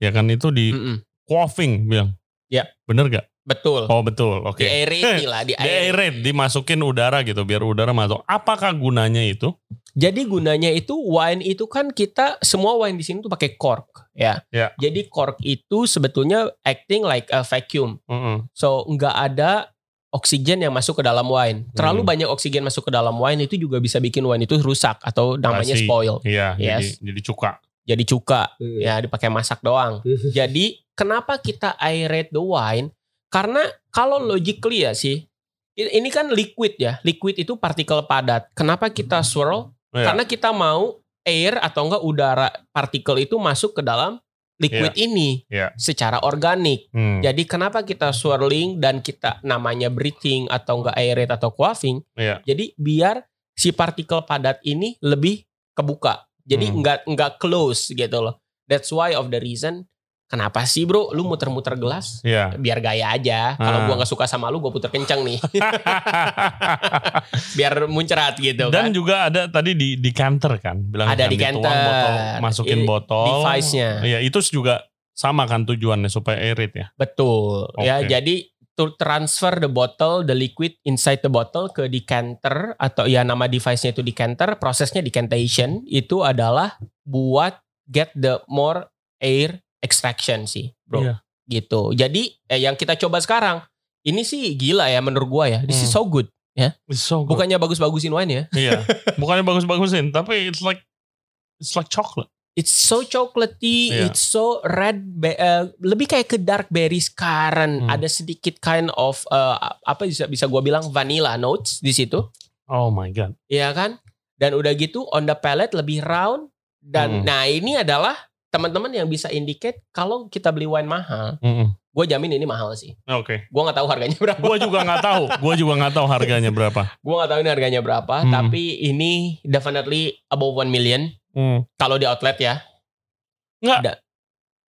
Ya kan itu
bulat.
di
Mm-mm.
quaffing bilang.
Ya.
Bener gak?
betul
Oh betul.
di
Oke.
aerate lah
Di
di aerate.
aerate, dimasukin udara gitu biar udara masuk. Apakah gunanya itu?
Jadi gunanya itu wine itu kan kita semua wine di sini tuh pakai cork ya.
Ya.
Jadi cork itu sebetulnya acting like a vacuum.
Heeh.
So nggak ada oksigen yang masuk ke dalam wine. Terlalu
Hmm.
banyak oksigen masuk ke dalam wine itu juga bisa bikin wine itu rusak atau namanya
Basi.
spoil.
Iya.
Yes.
Jadi jadi cuka.
jadi cuka ya dipakai masak doang jadi kenapa kita aerate the wine karena kalau logically ya sih i- ini kan liquid ya liquid itu partikel padat kenapa kita swirl
Iya.
karena kita mau air atau enggak udara partikel itu masuk ke dalam liquid ini
Iya.
secara organik
Hmm,
jadi kenapa kita swirling dan kita namanya breathing atau enggak aerate atau quaffing?
Iya.
Jadi biar si partikel padat ini lebih kebuka. Jadi
Hmm.
enggak enggak close gitu loh. That's why of the reason kenapa sih bro lu muter-muter gelas?
Iya.
Biar gaya aja.
Ah.
Kalau gua nggak suka sama lu gua puter kencang nih. biar muncrat gitu
Dan
kan.
juga ada tadi di decanter kan, bilang
Ada
kan, dituang
decanter.
botol, masukin
I-
botol.
Device-nya.
Iya, itu juga sama kan tujuannya supaya aerate ya.
Betul.
Oke.
Ya, jadi to transfer the bottle, the liquid inside the bottle ke decanter atau ya nama device-nya itu decanter, prosesnya decantation itu adalah buat get the more air extraction sih, Bro.
Iya.
Gitu. Jadi eh, yang kita coba sekarang ini sih gila ya menurut gua ya. This is
Hmm.
so good.
It's so good.
Bukannya bagus-bagusin wine ya.
Iya. Bukannya bagus-bagusin, tapi it's like it's like chocolate.
It's so chocolatey,
Iya.
it's so red, be- eh, lebih kayak ke dark berry sekarang.
Hmm.
Ada sedikit kind of eh, apa bisa bisa gua bilang vanilla notes di situ,
Oh my god.
Iya kan? Dan udah gitu on the palate lebih round, Dan
Hmm.
nah ini adalah teman-teman yang bisa indicate kalau kita beli wine mahal,
Mm-mm.
gue jamin ini mahal sih.
Oke.
Gue nggak tahu harganya berapa.
Gua juga nggak tahu. Gua juga nggak tahu harganya berapa.
Gue nggak tahu ini harganya berapa,
Hmm.
tapi ini definitely above 1 million
Hmm.
kalau di outlet ya.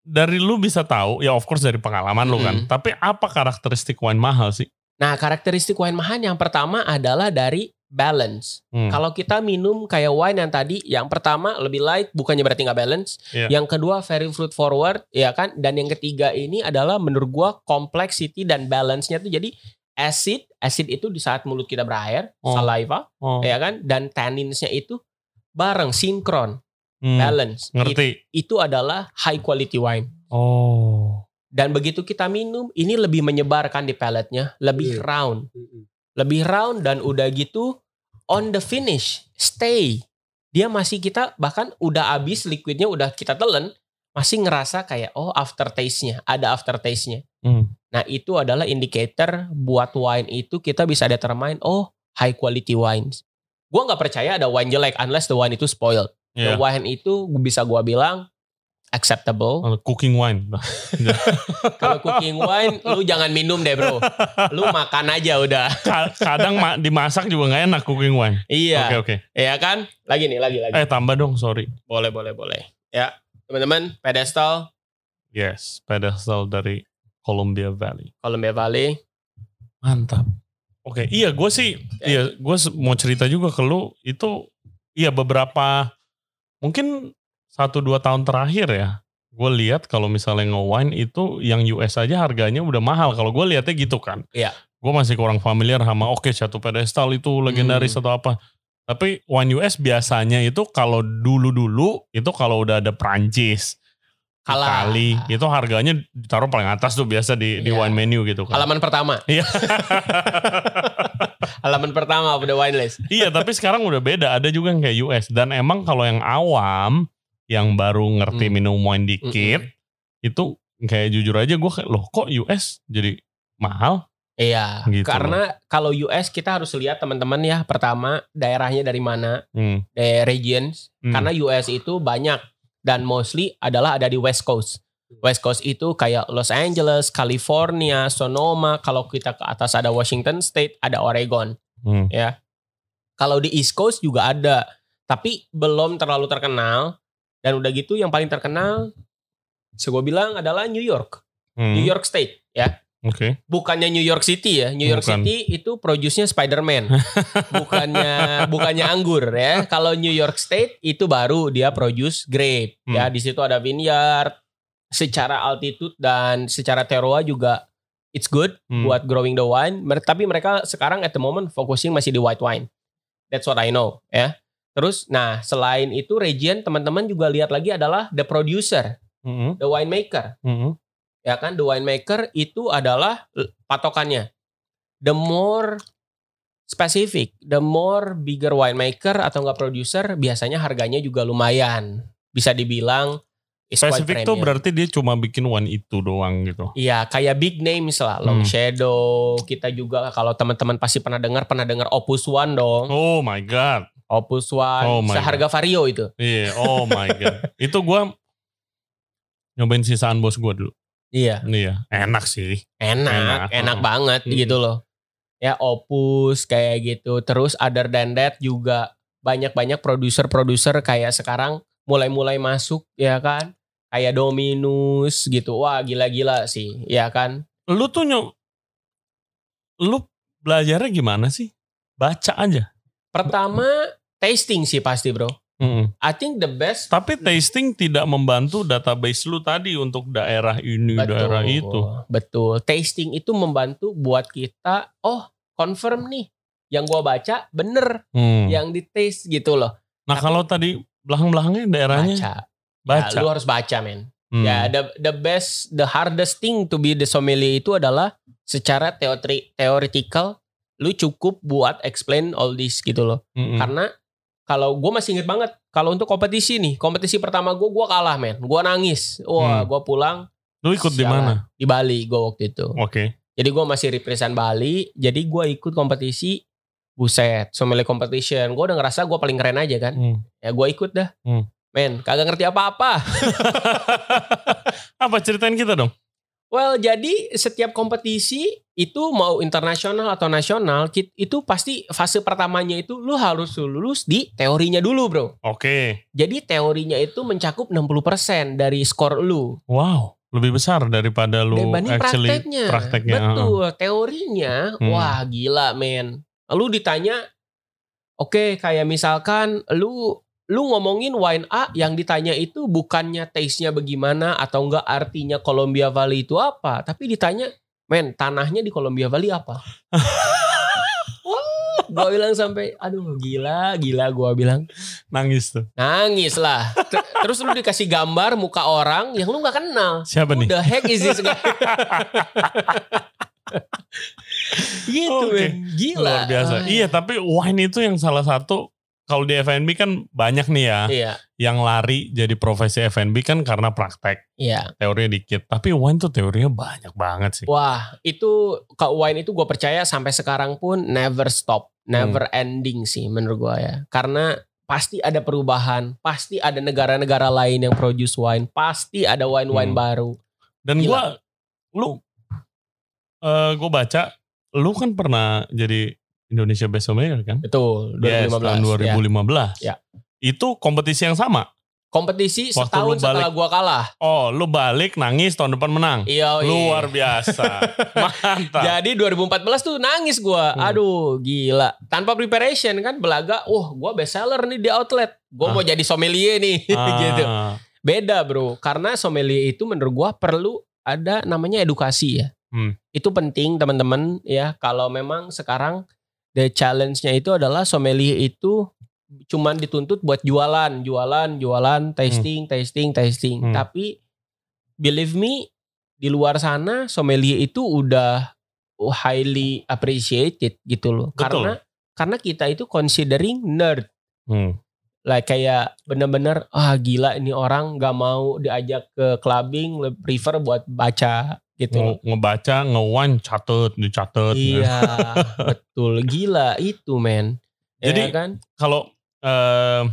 Dari lu bisa tahu, ya of course dari pengalaman lu kan.
Mm.
Tapi apa karakteristik wine mahal sih?
Nah, karakteristik wine mahal yang pertama adalah dari balance.
Hmm.
Kalau kita minum kayak wine yang tadi, yang pertama lebih light, bukannya berarti nggak balance.
Iya.
Yang kedua very fruit forward, ya kan? Dan yang ketiga ini adalah menurut gua complexity dan balance-nya tuh jadi acid, acid itu di saat mulut kita berair,
Oh.
saliva,
Oh.
ya kan? Dan tanninsnya itu bareng, sinkron,
Hmm.
balance. It-
Ngerti.
itu adalah high quality wine.
Oh.
Dan begitu kita minum, ini lebih menyebarkan di paletnya,
Iya.
lebih round,
Mm.
Mm-mm.
lebih round dan udah gitu on the finish, stay. Dia masih kita bahkan udah habis liquidnya udah kita telan, masih ngerasa kayak oh aftertaste-nya, ada aftertaste-nya.
Hmm.
Nah, itu adalah indikator buat wine itu kita bisa determine oh high quality wines. Gua nggak percaya ada wine jelek unless the wine itu spoiled. The
Iya.
wine itu bisa gua bilang acceptable,
Kalau Cooking wine.
Kalau cooking wine, lu jangan minum deh bro. Lu makan aja udah.
Ka- Kadang ma- dimasak juga nggak enak cooking wine. Oke
Iya.
oke.
Iya kan? Lagi nih, lagi, lagi.
Eh tambah dong, sorry.
Boleh, boleh, boleh. Ya, teman-teman, pedestal
Yes, pedestal dari Columbia Valley.
Columbia Valley.
Mantap. Oke, iya gue sih, iya gue mau cerita juga ke lu itu, iya beberapa mungkin satu dua tahun terakhir ya, gue lihat kalau misalnya nge-wine itu yang US aja harganya udah mahal. Kalau gue lihatnya gitu kan.
Iya.
Gue masih kurang familiar sama oke satu pedestal itu legendaris
Hmm.
atau apa. Tapi wine US biasanya itu kalau dulu-dulu itu kalau udah ada Prancis,
Kalah.
Itali, itu harganya ditaruh paling atas tuh biasa di di
Iya.
wine menu gitu kan.
Halaman pertama.
Iya.
Halaman pertama udah wine list.
iya, tapi sekarang udah beda. Ada juga yang kayak US. Dan emang kalau yang awam, yang baru ngerti
Hmm.
minum wine dikit, itu kayak jujur aja gue kayak, loh kok US jadi mahal?
Iya.
Gitu
Karena kalau US kita harus lihat teman-teman ya. Pertama, daerahnya dari mana.
Hmm.
Dari eh, regions.
Hmm.
Karena US itu banyak dan mostly adalah ada di West Coast. West Coast itu kayak Los Angeles, California, Sonoma. Kalau kita ke atas ada Washington State, ada Oregon.
Hmm.
Ya. Kalau di East Coast juga ada, tapi belum terlalu terkenal. Dan udah gitu yang paling terkenal, so gue bilang adalah New York,
Hmm.
New York State, ya.
Oke.
Bukannya New York City ya, New York
Bukan.
City itu produce-nya Spider-Man. bukannya bukannya anggur ya. Kalau New York State itu baru dia produce grape.
Hmm.
Ya di situ ada vineyard secara altitude dan secara terroir juga it's good
Hmm.
buat growing the wine. Mer- Tapi mereka sekarang at the moment focusing masih di white wine. That's what I know ya. Terus nah selain itu region teman-teman juga lihat lagi adalah the producer,
Hmm.
the winemaker
Hmm.
ya kan the winemaker itu adalah l- patokannya the more specific the more bigger winemaker atau enggak producer biasanya harganya juga lumayan bisa dibilang is quite
Spesifik tuh
premium.
berarti dia cuma bikin wine itu doang gitu.
Iya, kayak big names lah, Long
Hmm.
Shadow. Kita juga kalau teman-teman pasti pernah dengar, pernah dengar Opus One dong.
Oh my god.
Opus One,
Oh my
seharga Vario itu.
Iya, oh my god. Itu gua nyobain sisaan bos gua dulu.
Iya,
Iya, enak sih. Enak.
enak, enak,
Mm.
banget
Mm.
gitu loh. Ya Opus kayak gitu. Terus other than that juga banyak-banyak produser-produser kayak sekarang mulai-mulai masuk ya kan. Kayak Dominus gitu. Wah, gila-gila sih, ya kan?
Lu tuh nyob lu belajarnya gimana sih? Baca aja.
Pertama tasting sih pasti, Bro. I think the best
Tapi tasting tidak membantu database lu tadi untuk daerah ini, daerah itu.
Betul. Tasting itu membantu buat kita oh, confirm nih. Yang gua baca bener
Hmm.
yang di taste gitu loh.
Nah,
tapi-
kalau tadi belakang-belakangnya daerahnya
Baca.
baca.
Ya, lu harus baca men.
Hmm.
Ya the the best the hardest thing to be the sommelier itu adalah secara teori theoretical lu cukup buat explain all this gitu loh.
Mm-mm.
Karena kalau gue masih inget banget kalau untuk kompetisi nih kompetisi pertama gue gue kalah men. Gue nangis.
Hmm.
Wah gue pulang
lu ikut di
sialan.
mana?
di Bali gue waktu itu.
Oke.
Jadi gue masih represent Bali. Jadi gue ikut kompetisi buset sommelier competition. Gue udah ngerasa gue paling keren aja kan
Hmm.
ya gue ikut dah
Hmm.
Men, kagak ngerti apa-apa.
Apa ceritain kita dong?
Well, jadi setiap kompetisi itu mau internasional atau nasional, kit- itu pasti fase pertamanya itu lu harus lulus di teorinya dulu, Bro.
Oke.
Jadi teorinya itu mencakup 60% dari skor lu.
Wow, lebih besar daripada lu
Dibanding
actually
prakteknya.
prakteknya.
Betul,
Ya,
teorinya
Hmm.
wah gila men. Lu ditanya oke kayak misalkan lu lu ngomongin wine A yang ditanya itu bukannya taste-nya bagaimana atau enggak artinya Columbia Valley itu apa, tapi ditanya men tanahnya di Columbia Valley apa? Wah, gua bilang sampai aduh gila gila gua bilang
Nangis tuh.
nangis lah Ter- terus lu dikasih gambar muka orang yang lu nggak kenal
Siapa nih?
Who the heck is this guy? gitu
Oke.
men. Gila.
Luar biasa.
Ah,
Iya, tapi wine itu yang salah satu kalau di F&B kan banyak nih ya
Iya.
yang lari jadi profesi F&B kan karena praktek
Iya.
teorinya dikit tapi wine tuh teorinya banyak banget sih
Wah, itu Kak Wine itu gue percaya sampai sekarang pun never stop, never
Hmm.
ending sih menurut gue ya. Karena pasti ada perubahan, pasti ada negara-negara lain yang produce wine, pasti ada wine-wine
Hmm.
baru.
dan
Gila.
gue lu eh gue baca lu kan pernah jadi Indonesia Best Sommelier kan
Betul, 2015.
Yes, tahun
ya.
2015
Ya.
itu kompetisi yang sama
Kompetisi
Waktu
setahun
lu balik.
setelah gue kalah.
oh lu balik nangis tahun depan menang
Iya, iya.
luar biasa mantap
Jadi 2014 tuh nangis gua.
Hmm.
Aduh, gila. Tanpa preparation kan belaga, wah gua best seller nih di outlet.
Ah.
Gua mau jadi sommelier nih gitu.
Ah,
Beda, Bro. Karena sommelier itu menurut gua perlu ada namanya edukasi ya.
Hmm.
Itu penting, teman-teman ya. Kalau memang sekarang the challenge-nya itu adalah sommelier itu cuman dituntut buat jualan, jualan, jualan, tasting, tasting, tasting.
Hmm.
Tapi believe me, di luar sana sommelier itu udah highly appreciated gitu loh.
Betul.
Karena karena kita itu considering nerd
hmm.
lah kayak bener-bener ah gila ini orang gak mau diajak ke clubbing le- prefer buat baca gitu
Nge- ngebaca ngewan catet dicatet Nah,
iya betul gila itu men Ya
Jadi-
kan
kalau eh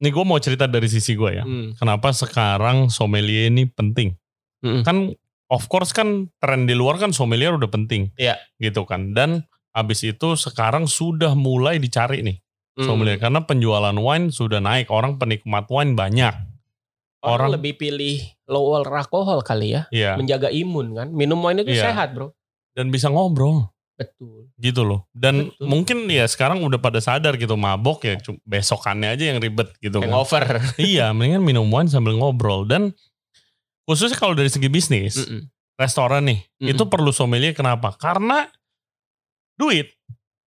nih gue mau cerita dari sisi gue ya
Hmm,
kenapa sekarang sommelier ini penting
Mm-mm.
kan of course kan tren di luar kan sommelier udah penting
Iya.
gitu kan dan habis itu sekarang sudah mulai dicari nih
hmm.
sommelier karena penjualan wine sudah naik orang penikmat wine banyak
orang,
orang-
Oh, lebih pilih low alkohol kali ya
Iya.
menjaga imun kan minum wine itu
Iya.
sehat bro
dan bisa ngobrol
betul
gitu loh dan
Betul.
mungkin ya sekarang udah pada sadar gitu mabok ya cu- besokannya aja yang ribet gitu kan
hangover
iya mendingan minum wine sambil ngobrol dan khususnya kalau dari segi bisnis
Mm-mm.
restoran nih
Mm-mm.
itu perlu sommelier kenapa karena duit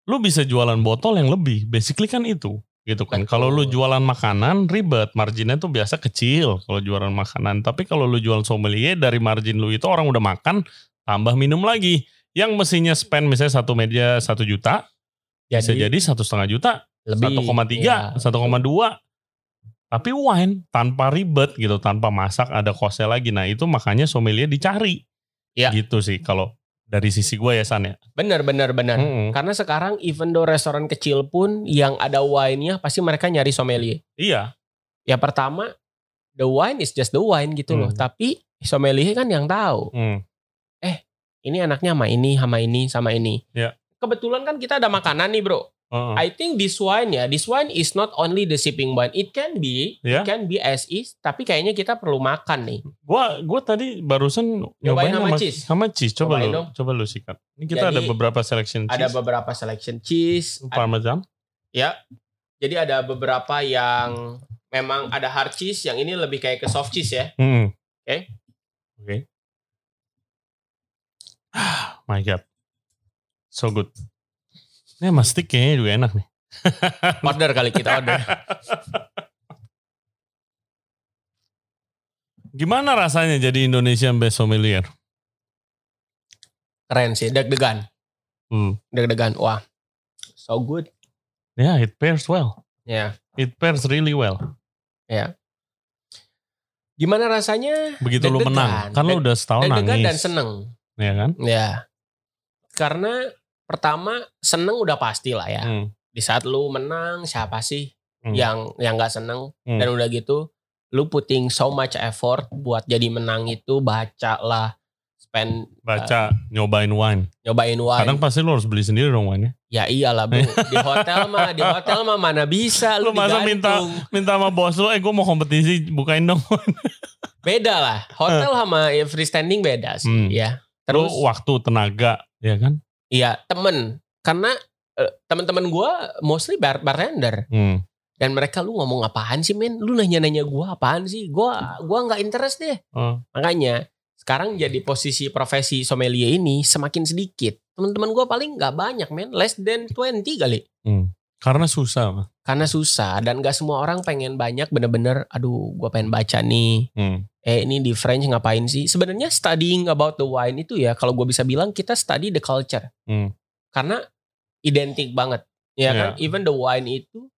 lu bisa jualan botol yang lebih basically kan itu gitu kan
Betul.
kalau lu jualan makanan ribet marginnya tuh biasa kecil kalau jualan makanan tapi kalau lu jualan sommelier dari margin lu itu orang udah makan tambah minum lagi yang mestinya spend misalnya satu meja satu juta bisa jadi satu setengah juta
lebih iya.
1,3, 1,2. Tapi wine tanpa ribet gitu, tanpa masak ada kosnya lagi. Nah itu makanya sommelier dicari.
Ya.
Gitu sih kalau dari sisi gue ya San ya.
bener bener bener
Mm-mm.
karena sekarang even though restoran kecil pun yang ada wine-nya pasti mereka nyari sommelier
Iya.
ya pertama the wine is just the wine gitu loh
Hmm.
tapi sommelier kan yang tahu
Mm.
ini anaknya sama ini sama ini sama ini
Ya.
kebetulan kan kita ada makanan nih bro
Uh-uh.
I think this wine ya this wine is not only the sipping wine it can be
Ya. Hmm,
it can be as is tapi kayaknya kita perlu makan nih
Gue gua tadi barusan
Nyobain sama
sama,
cheese.
sama cheese. Coba
Cobain
lu,
dong.
coba lu sikat. Ini kita
Jadi,
ada beberapa selection
ada
cheese.
beberapa selection cheese ada-
Parmesan.
jadi ada beberapa yang memang ada hard cheese yang ini lebih kayak ke soft cheese ya
Mm.
Oke.
Oke. Ah, my God. So good. Ini sama stick kayaknya juga enak nih.
order kali kita order
Gimana rasanya jadi Indonesian Best Sommelier?
keren sih deg-degan
Hmm.
deg-degan wah so good
Yeah, it pairs well.
ya
It pairs really well.
Gimana rasanya?
Begitu lu
Deg-degan.
menang, kan lu
Deg-
udah setahun
Deg-degan
nangis.
dan seneng.
Ya kan?
Ya. Karena pertama seneng udah pasti lah ya.
Hmm.
Di saat lu menang siapa sih
Hmm.
yang yang nggak seneng
Hmm.
dan udah gitu lu putting so much effort buat jadi menang itu baca lah spend
Baca, nyobain wine.
nyobain wine
Kadang pasti lu harus beli sendiri dong wine
ya iyalah bro di hotel mah di hotel mah mana bisa lu,
Lu masa minta-
digantung.
Minta sama bos lu, eh gue mau kompetisi, bukain dong.
beda lah hotel sama ya, freestanding beda sih
Hmm.
ya
Terus
terus
waktu, tenaga, ya kan?
iya temen karena eh, teman-teman gua mostly bar bartender
Hmm.
dan mereka lu ngomong apaan sih men lu nanya-nanya gua apaan sih gua gua nggak interest deh
Oh.
makanya sekarang jadi posisi profesi sommelier ini semakin sedikit teman-teman gua paling nggak banyak men less than 20 kali
Karena susah. Mas.
karena susah dan gak semua orang pengen banyak bener-bener aduh gua pengen baca nih
Hmm.
eh ini di French ngapain sih? Sebenarnya studying about the wine itu ya kalau gue bisa bilang kita study the culture.
Hmm. Iya.
Karena identik banget. Ya kan? Even the wine itu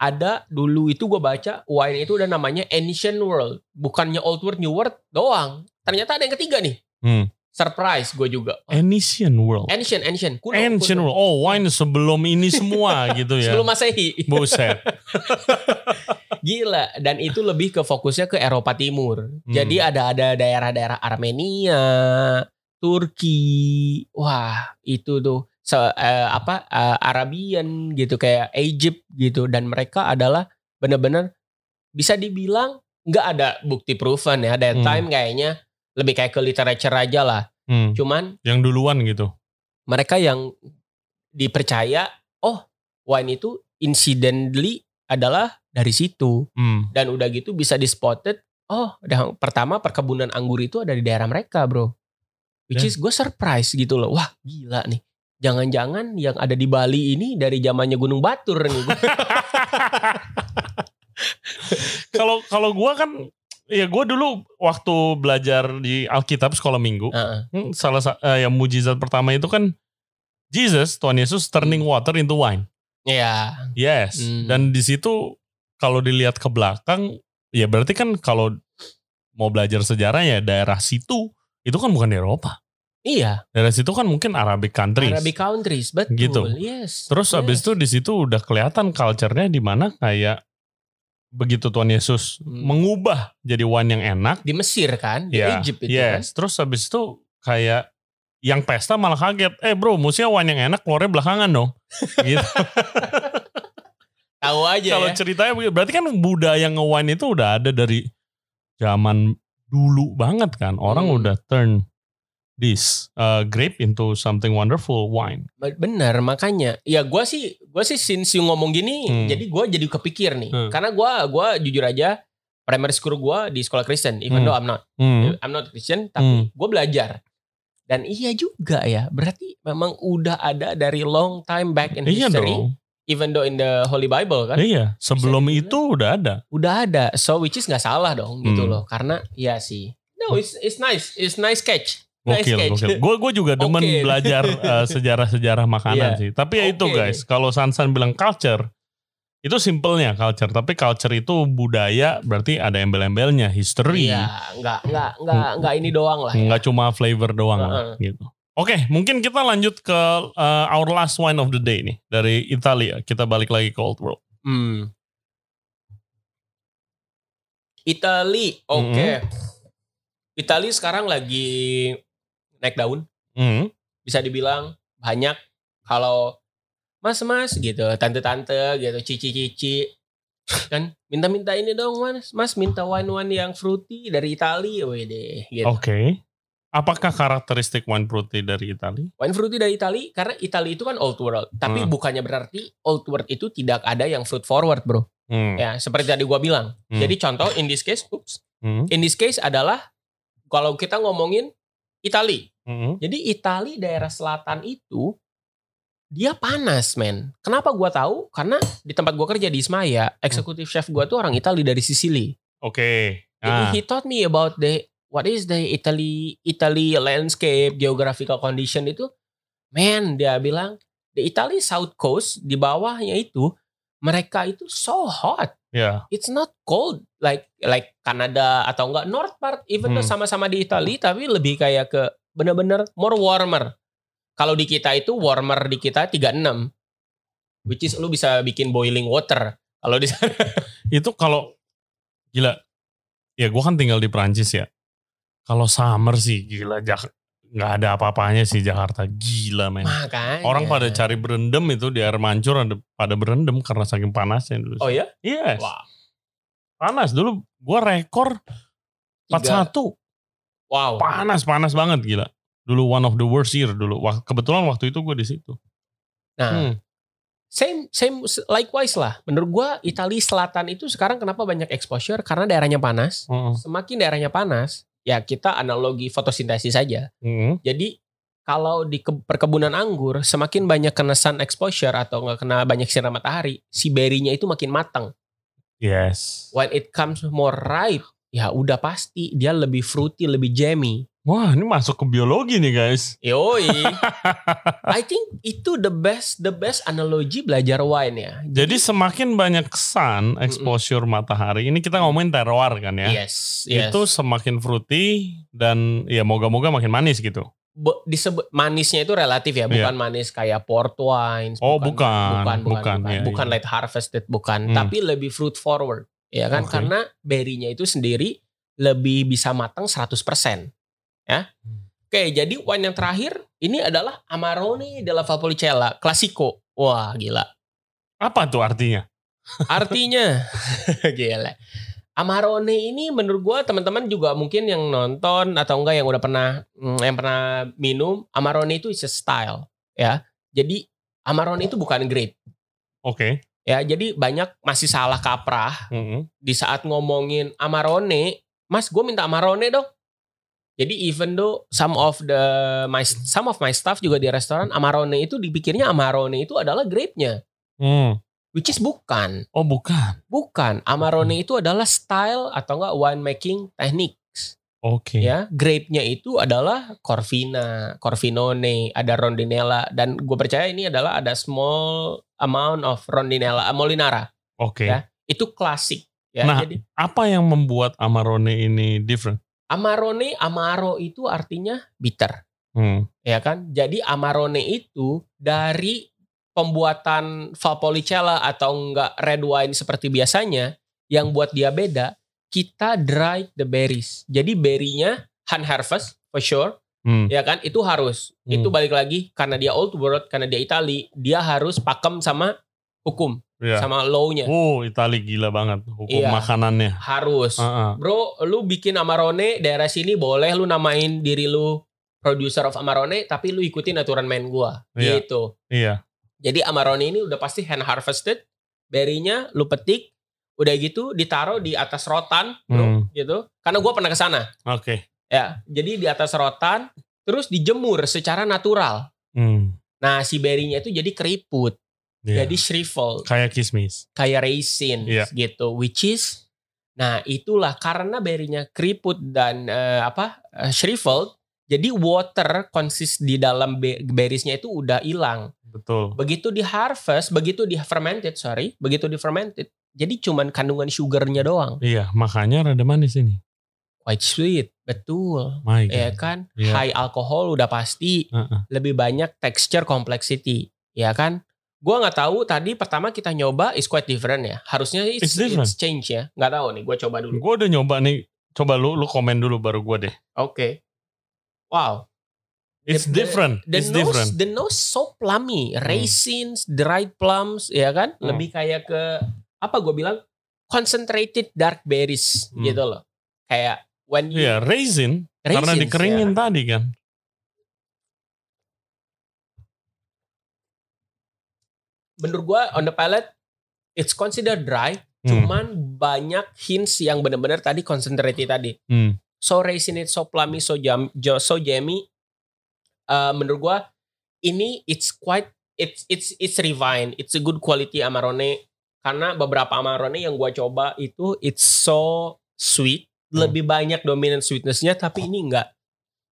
ada dulu itu gue baca wine itu udah namanya ancient world, bukannya old world new world doang. Ternyata ada yang ketiga nih.
Hmm.
Surprise gue juga.
Ancient world.
Ancient, ancient, kuno,
Eh. Ancient
kuno.
world. Oh, wine sebelum ini semua gitu ya.
Sebelum Masehi.
Buset.
Gila, dan itu lebih ke fokusnya ke Eropa Timur.
Hmm.
Jadi ada ada daerah-daerah Armenia, Turki, wah itu tuh se- eh, apa eh, Arabian gitu kayak Egypt gitu dan mereka adalah benar-benar bisa dibilang nggak ada bukti proven ya. That
Hmm.
time kayaknya lebih kayak ke literature aja lah.
Hmm.
Cuman
Yang duluan gitu.
mereka yang dipercaya, oh wine itu incidentally adalah dari situ
Hmm.
dan udah gitu bisa di spotted oh dah- pertama perkebunan anggur itu ada di daerah mereka bro which
Dan-
is gue surprise gitu loh wah gila nih jangan-jangan yang ada di Bali ini dari zamannya Gunung Batur nih
Kalau kalau gua kan ya gua dulu waktu belajar di Alkitab sekolah Minggu,
Heeh.
Hmm, salah sa- eh, yang mujizat pertama itu kan Jesus Tuhan Yesus turning water into wine.
ya
Yes.
Hmm.
Dan di situ kalau dilihat ke belakang ya berarti kan kalau mau belajar sejarah ya daerah situ itu kan bukan Eropa.
iya
Daerah situ kan mungkin Arabic countries.
Arabic countries betul
Gitu.
yes
Terus
yes.
abis itu di situ udah kelihatan culture-nya di mana kayak begitu Tuhan Yesus
Hmm.
mengubah jadi wine yang enak
di Mesir kan di
Ya,
Egypt itu kan
Yes, terus habis itu kayak yang pesta malah kaget. Eh bro, musiknya wine yang enak keluarnya belakangan dong. Gitu.
tahu aja
Kalau
ya
ceritanya begitu, berarti kan budaya nge-wine itu udah ada dari zaman dulu banget kan. Orang
Hmm.
udah turn this uh, grape into something wonderful wine.
bener makanya ya gue sih gue sih since you ngomong gini
Hmm.
jadi gue jadi kepikir nih
Hmm.
karena gue gua jujur aja primary school gue di sekolah Kristen even
Hmm.
though I'm not
Hmm.
Ya, I'm not Christian Iya, tapi gue belajar dan iya juga ya berarti memang udah ada dari long time back in
Iya
history
dong.
even though in the Holy Bible kan
Iya, sebelum
dibilang.
itu udah ada.
udah ada so which is nggak salah dong gitu
Hmm.
loh karena iya sih no it's it's nice it's nice catch nice
Gokil,
catch
gokil. Gue gue juga demen
Oke.
belajar eh, sejarah-sejarah makanan
Iya.
sih. Tapi ya itu
Oke.
guys, kalau Sansan bilang culture, itu simpelnya culture. Tapi culture itu budaya, berarti ada embel-embelnya, history.
iya nggak nggak nggak nggak ini doang lah
Hmm.
ya.
Nggak cuma flavor doang lah,
Heeh.
gitu. Oke, mungkin kita lanjut ke eh, our last wine of the day nih dari Italia. Kita balik lagi ke Old World.
Hmm. Italy oke
Hmm.
Italy sekarang lagi naik daun
Hmm.
bisa dibilang banyak kalau mas-mas gitu, tante-tante gitu, cici-cici kan minta-minta ini dong mas, mas minta wine-wine yang fruity dari Itali, wede gitu.
Oke. Apakah karakteristik wine fruity dari Italia?
Wine fruity dari Itali karena Itali itu kan old world, tapi
Hmm.
bukannya berarti old world itu tidak ada yang fruit forward bro.
Hmm.
Ya seperti tadi gua bilang.
Hmm.
Jadi contoh in this case, oops,
Hmm.
in this case adalah kalau kita ngomongin Itali,
Hmm.
Jadi Itali daerah selatan itu dia panas, men. Kenapa gua tahu? Karena di tempat gua kerja di Ismaya, eksekutif chef gua tuh orang Itali dari Sicily.
Oke.
Jadi
Ah.
he taught me about the what is the Italy Italy landscape, geographical condition itu. Men, dia bilang the Italy South Coast di bawahnya itu mereka itu so hot
Ya.
it's not cold like like Kanada atau enggak North part even though
Hmm.
sama-sama di Italia tapi lebih kayak ke bener-bener more warmer. Kalau di kita itu warmer di kita 36 which is lu bisa bikin boiling water. Kalau di
itu kalau gila ya gue kan tinggal di Prancis ya. Kalau summer sih gila Jak- nggak ada apa-apanya sih Jakarta gila men.
Makanya.
Eh, Orang pada cari berendam itu di air mancur ada pada berendam karena saking panasnya dulu.
Oh ya?
Yes.
Wow.
Panas dulu gue rekor 41.
Wow.
Panas panas banget gila. Dulu one of the worst year dulu. Wah, kebetulan waktu itu gue di situ.
Nah,
Hmm.
same same likewise lah. Menurut gua Italia Selatan itu sekarang kenapa banyak exposure karena daerahnya panas.
Heeh.
Semakin daerahnya panas, ya kita analogi fotosintesis saja.
Heeh.
Jadi kalau di ke- perkebunan anggur semakin banyak kena sun exposure atau nggak kena banyak sinar matahari, si berinya itu makin matang.
Yes.
When it comes more ripe, ya udah pasti dia lebih fruity, lebih jammy.
Wah, ini masuk ke biologi nih guys.
Yoi. I think itu the best the best analogi belajar wine ya.
Jadi semakin banyak sun, exposure matahari. Ini kita ngomongin terroir kan ya.
Yes, Iya, yes.
Itu semakin fruity dan ya moga-moga makin manis gitu.
Be- disebut manisnya itu relatif ya, bukan manis kayak port wine.
Iya. Oh, bukan,
bukan, bukan, bukan,
bukan, iya,
bukan
iya.
late harvested, bukan.
Hmm.
Tapi lebih fruit forward, ya kan?
Oke.
Karena berry-nya itu sendiri lebih bisa matang 100%. Ya.
Hmm.
Oke, jadi wine yang terakhir ini adalah Amarone della Valpolicella Classico. Wah, gila.
Apa tuh artinya?
Artinya, gila. Amarone ini menurut gua teman-teman juga mungkin yang nonton atau enggak yang udah pernah mm, yang pernah minum Amarone itu is a style ya. Jadi Amarone itu bukan grade
Oke.
ya. Jadi banyak masih salah kaprah
Mm-mm.
di saat ngomongin Amarone, Mas gue minta Amarone dong. Jadi even though some of the my some of my staff juga di restoran Amarone itu dipikirnya Amarone itu adalah grape-nya,
Hmm.
which is bukan.
Oh bukan.
Bukan, Amarone itu adalah style atau enggak wine making techniques
Oke.
ya. Grape-nya itu adalah Corvina, Corvinone, ada Rondinella dan gue percaya ini adalah ada small amount of Rondinella, eh, Molinara.
Oke.
Ya. Itu klasik ya.
Nah.
Jadi
Apa yang membuat Amarone ini different?
Amarone, Amaro itu artinya bitter,
Hmm.
ya kan? Jadi Amarone itu dari pembuatan Valpolicella atau enggak red wine seperti biasanya yang buat dia beda kita dry the berries jadi berry-nya hand harvest for sure
Hmm.
ya kan itu harus
Hmm.
itu balik lagi karena dia old world karena dia Itali dia harus pakem sama hukum
Iya.
sama law-nya
Oh, Itali gila banget hukum
Iya.
makanannya.
harus
Heeh.
bro lu bikin Amarone daerah sini boleh lu namain diri lu producer of Amarone tapi lu ikutin aturan main gua
Iya.
gitu
Iya.
Jadi Amarone ini udah pasti hand harvested, berry-nya lu petik, udah gitu ditaruh di atas rotan, bro,
Hmm.
gitu. Karena gua pernah ke sana.
Oke.
Ya, jadi di atas rotan terus dijemur secara natural.
Hmm.
Nah, si berry-nya itu jadi keriput,
Iya.
jadi shrivel,
kayak kismis.
kayak raisin
Iya.
gitu, which is Nah, itulah karena berry-nya keriput dan eh, apa? eh, shriveled, jadi water konsis di dalam be- berries-nya itu udah hilang.
Betul.
begitu di harvest, begitu di fermented, sorry, begitu di fermented, jadi cuman kandungan sugarnya doang.
Iya, makanya rada manis ini.
Quite sweet, betul.
My
Ya
God.
kan?
Iya.
High alcohol udah pasti.
Heeh.
Lebih banyak texture complexity, ya kan? Gua nggak tahu tadi pertama kita nyoba is quite different ya. Harusnya it's,
It's different. Hmm.
it's change ya. Nggak tahu nih, gua coba dulu.
Gue udah nyoba nih. Coba lu lu komen dulu baru gue deh.
Oke. Wow.
It's
The- the-
different.
The
It's
nose,
different.
the nose so plummy,
Hmm.
raisins, dried plums, ya kan?
Hmm.
Lebih kayak ke apa gue bilang concentrated dark berries
Hmm.
gitu loh. Kayak when you
Iya, raisin
raisins,
karena dikeringin
ya.
tadi kan.
Menurut gue on the palate it's considered dry,
Hmm.
cuman banyak hints yang benar-benar tadi concentrated tadi.
Hmm.
So raisin it so plummy, so jam, jo- so jammy. Uh, menurut gue ini it's quite it's it's it's refined. It's a good quality amarone karena beberapa amarone yang gua coba itu it's so sweet,
Hmm.
lebih banyak dominan sweetnessnya tapi ini enggak.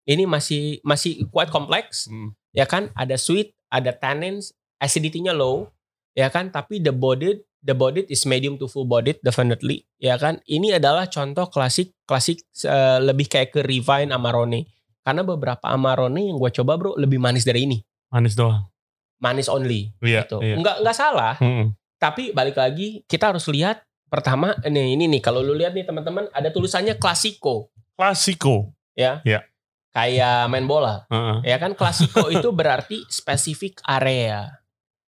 Ini masih masih quite complex,
Hmm.
ya kan? Ada sweet, ada tannins, acidity-nya low, ya kan? Tapi the bodied the bodied is medium to full bodied definitely, ya kan? Ini adalah contoh klasik klasik eh, lebih kayak ke refine amarone. Karena beberapa amarone yang gua coba bro lebih manis dari ini
Manis doang.
manis only
Iya.
gitu.
iya. Hmm.
Nggak nggak salah,
Mm-mm.
tapi balik lagi kita harus lihat pertama ini ini nih kalau lu lihat nih teman-teman ada tulisannya klasiko
Klasiko.
ya.
Ya.
Kayak main bola.
Heeh.
Ya kan klasiko itu berarti spesifik area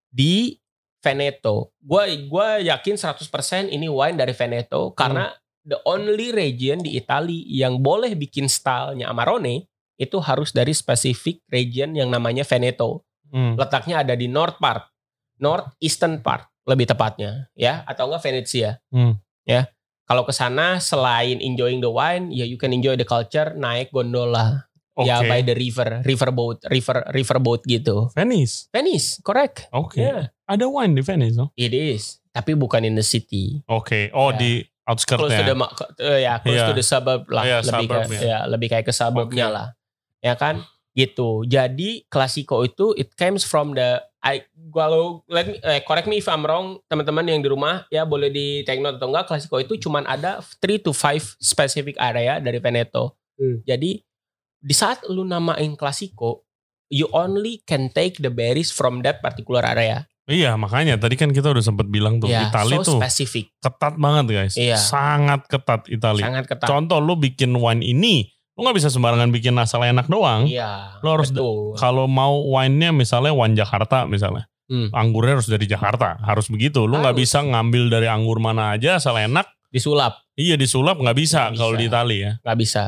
di Veneto. Gua gua yakin 100% ini wine dari
Hmm.
Veneto karena the only region di Italia yang boleh bikin stylenya Amarone itu harus dari spesifik region yang namanya Veneto.
Hmm.
Letaknya ada di north part, north eastern part lebih tepatnya, ya atau enggak Venezia.
Hmm.
Ya. Kalau ke sana selain enjoying the wine, ya you can enjoy the culture, naik gondola
Oke.
ya by the river river boat river river boat gitu
Venice.
Venice correct
Oke.
ya
Ada wine di Venice, no?
it is tapi bukan in the city
Oke. Oh,
Ya.
di
close to the
outskirtnya.
ma- eh, ya close
Iya.
to the suburb lah
Iya,
lebih
suburb,
kayak
iya.
ya, lebih kayak ke suburbnya
Oke.
lah ya kan gitu jadi klasiko itu it comes from the I kalau let me eh, correct me if I'm wrong teman-teman yang di rumah ya boleh di take note atau enggak klasiko itu cuman ada 3 to 5 specific area dari Veneto
Hmm.
jadi di saat lu namain klasiko you only can take the berries from that particular area
Iya, makanya tadi kan kita udah sempat bilang tuh
ya
Itali
so
tuh
specific
ketat banget, guys.
Iya.
Sangat ketat Itali.
sangat ketat
Contoh lu bikin wine ini, lu nggak bisa sembarangan bikin asal enak doang.
iya
Lu harus
betul
Kalau mau wine-nya misalnya wine Jakarta misalnya.
Hmm.
Anggurnya harus dari Jakarta, harus begitu. Lu nggak
Harus.
bisa ngambil dari anggur mana aja asal enak.
disulap
Iya disulap nggak bisa
Nggak
kalau
bisa.
di Itali ya.
nggak bisa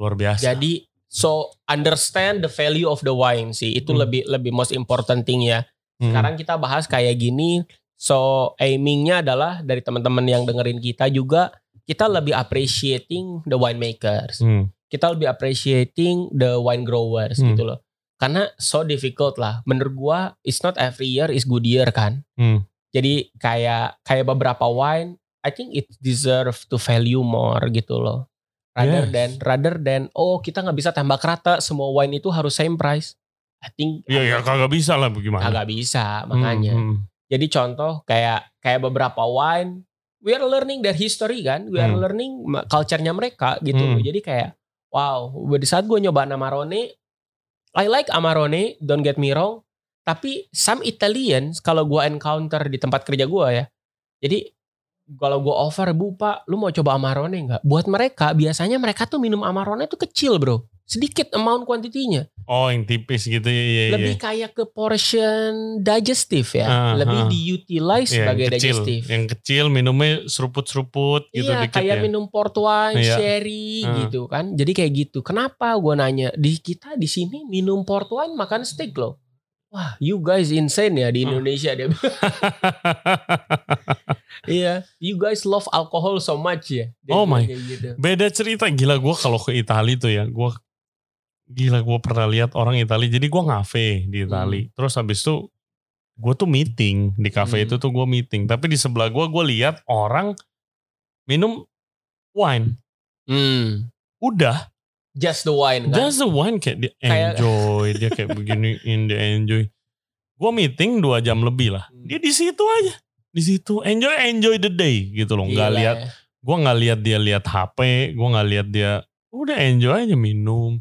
Luar biasa.
Jadi so understand the value of the wine sih. Itu
Hmm.
lebih lebih most important thing ya.
Hmm.
Sekarang kita bahas kayak gini. So aimingnya adalah dari teman-teman yang dengerin kita juga kita lebih appreciating the winemakers.
Hmm.
Kita lebih appreciating the wine growers
Hmm.
gitu loh. Karena so difficult lah. Menurut gua it's not every year is good year kan.
Hmm.
Jadi kayak kayak beberapa wine I think it deserve to value more gitu loh rather
Yes.
than rather than oh kita nggak bisa tambah rata semua wine itu harus same price I think
Iya ya kagak bisa lah bagaimana.
agak bisa makanya
Hmm,
jadi contoh kayak kayak beberapa wine we are learning their history kan we are
Hmm.
learning ma- culture-nya mereka gitu
Hmm.
loh jadi kayak wow di saat gue nyoba Amarone I like Amarone don't get me wrong tapi some Italians kalau gue encounter di tempat kerja gue ya jadi kalau gue offer bu pak lu mau coba Amarone nggak buat mereka biasanya mereka tuh minum Amarone tuh kecil bro sedikit amount kuantitinya
hmm. Oh yang tipis gitu ya. Iya,
lebih
iya.
kayak ke portion digestive
Ah,
ya,
ah.
lebih diutilize
Iya,
sebagai
yang kecil,
digestive.
yang kecil minumnya seruput-seruput gitu
iya,
dikit
kayak
ya.
minum port wine,
Iya.
sherry
Ah.
gitu kan. Jadi kayak gitu. Kenapa gue nanya di kita di sini minum port wine makan steak loh. Wah, you guys insane ya di
Ah.
Indonesia dia. bilang. Iya, you guys love alcohol so much ya. Dia
Oh my.
bilang kayak Gitu.
Beda cerita gila gua kalau ke Itali tuh ya. Gua gila gua pernah lihat orang Itali. Jadi gua ngafe di Itali. Terus habis itu gue tuh meeting di kafe
Hmm.
itu tuh gue meeting. Tapi di sebelah gua gue lihat orang minum wine.
Hmm,
Udah
just the wine kan.
That's the one kayak dia
Kayak-
enjoy, dia kayak beginiin dia enjoy. Gua meeting dua jam lebih lah. Dia di situ aja. Di situ enjoy enjoy the day gitu loh. Nggak
Gila
lihat
ya.
gua nggak lihat dia lihat HP, gua nggak lihat dia udah enjoy aja minum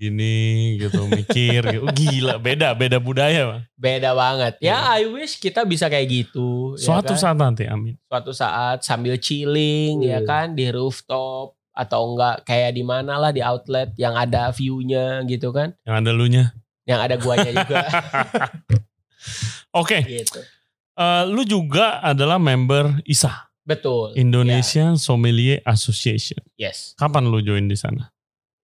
gini gitu mikir gitu. gila beda beda budaya Pak.
beda banget.
Iya.
Ya, I wish kita bisa kayak gitu. ya
suatu
kan?
saat nanti amin
suatu saat sambil chilling
Hmm.
ya kan di rooftop atau enggak kayak di mana lah di outlet yang ada view-nya gitu kan
yang ada lunya
yang ada guanya juga
oke
gitu
eh, lu juga adalah member ISA
betul
Iya. Indonesian Sommelier Association
yes
kapan lu join di sana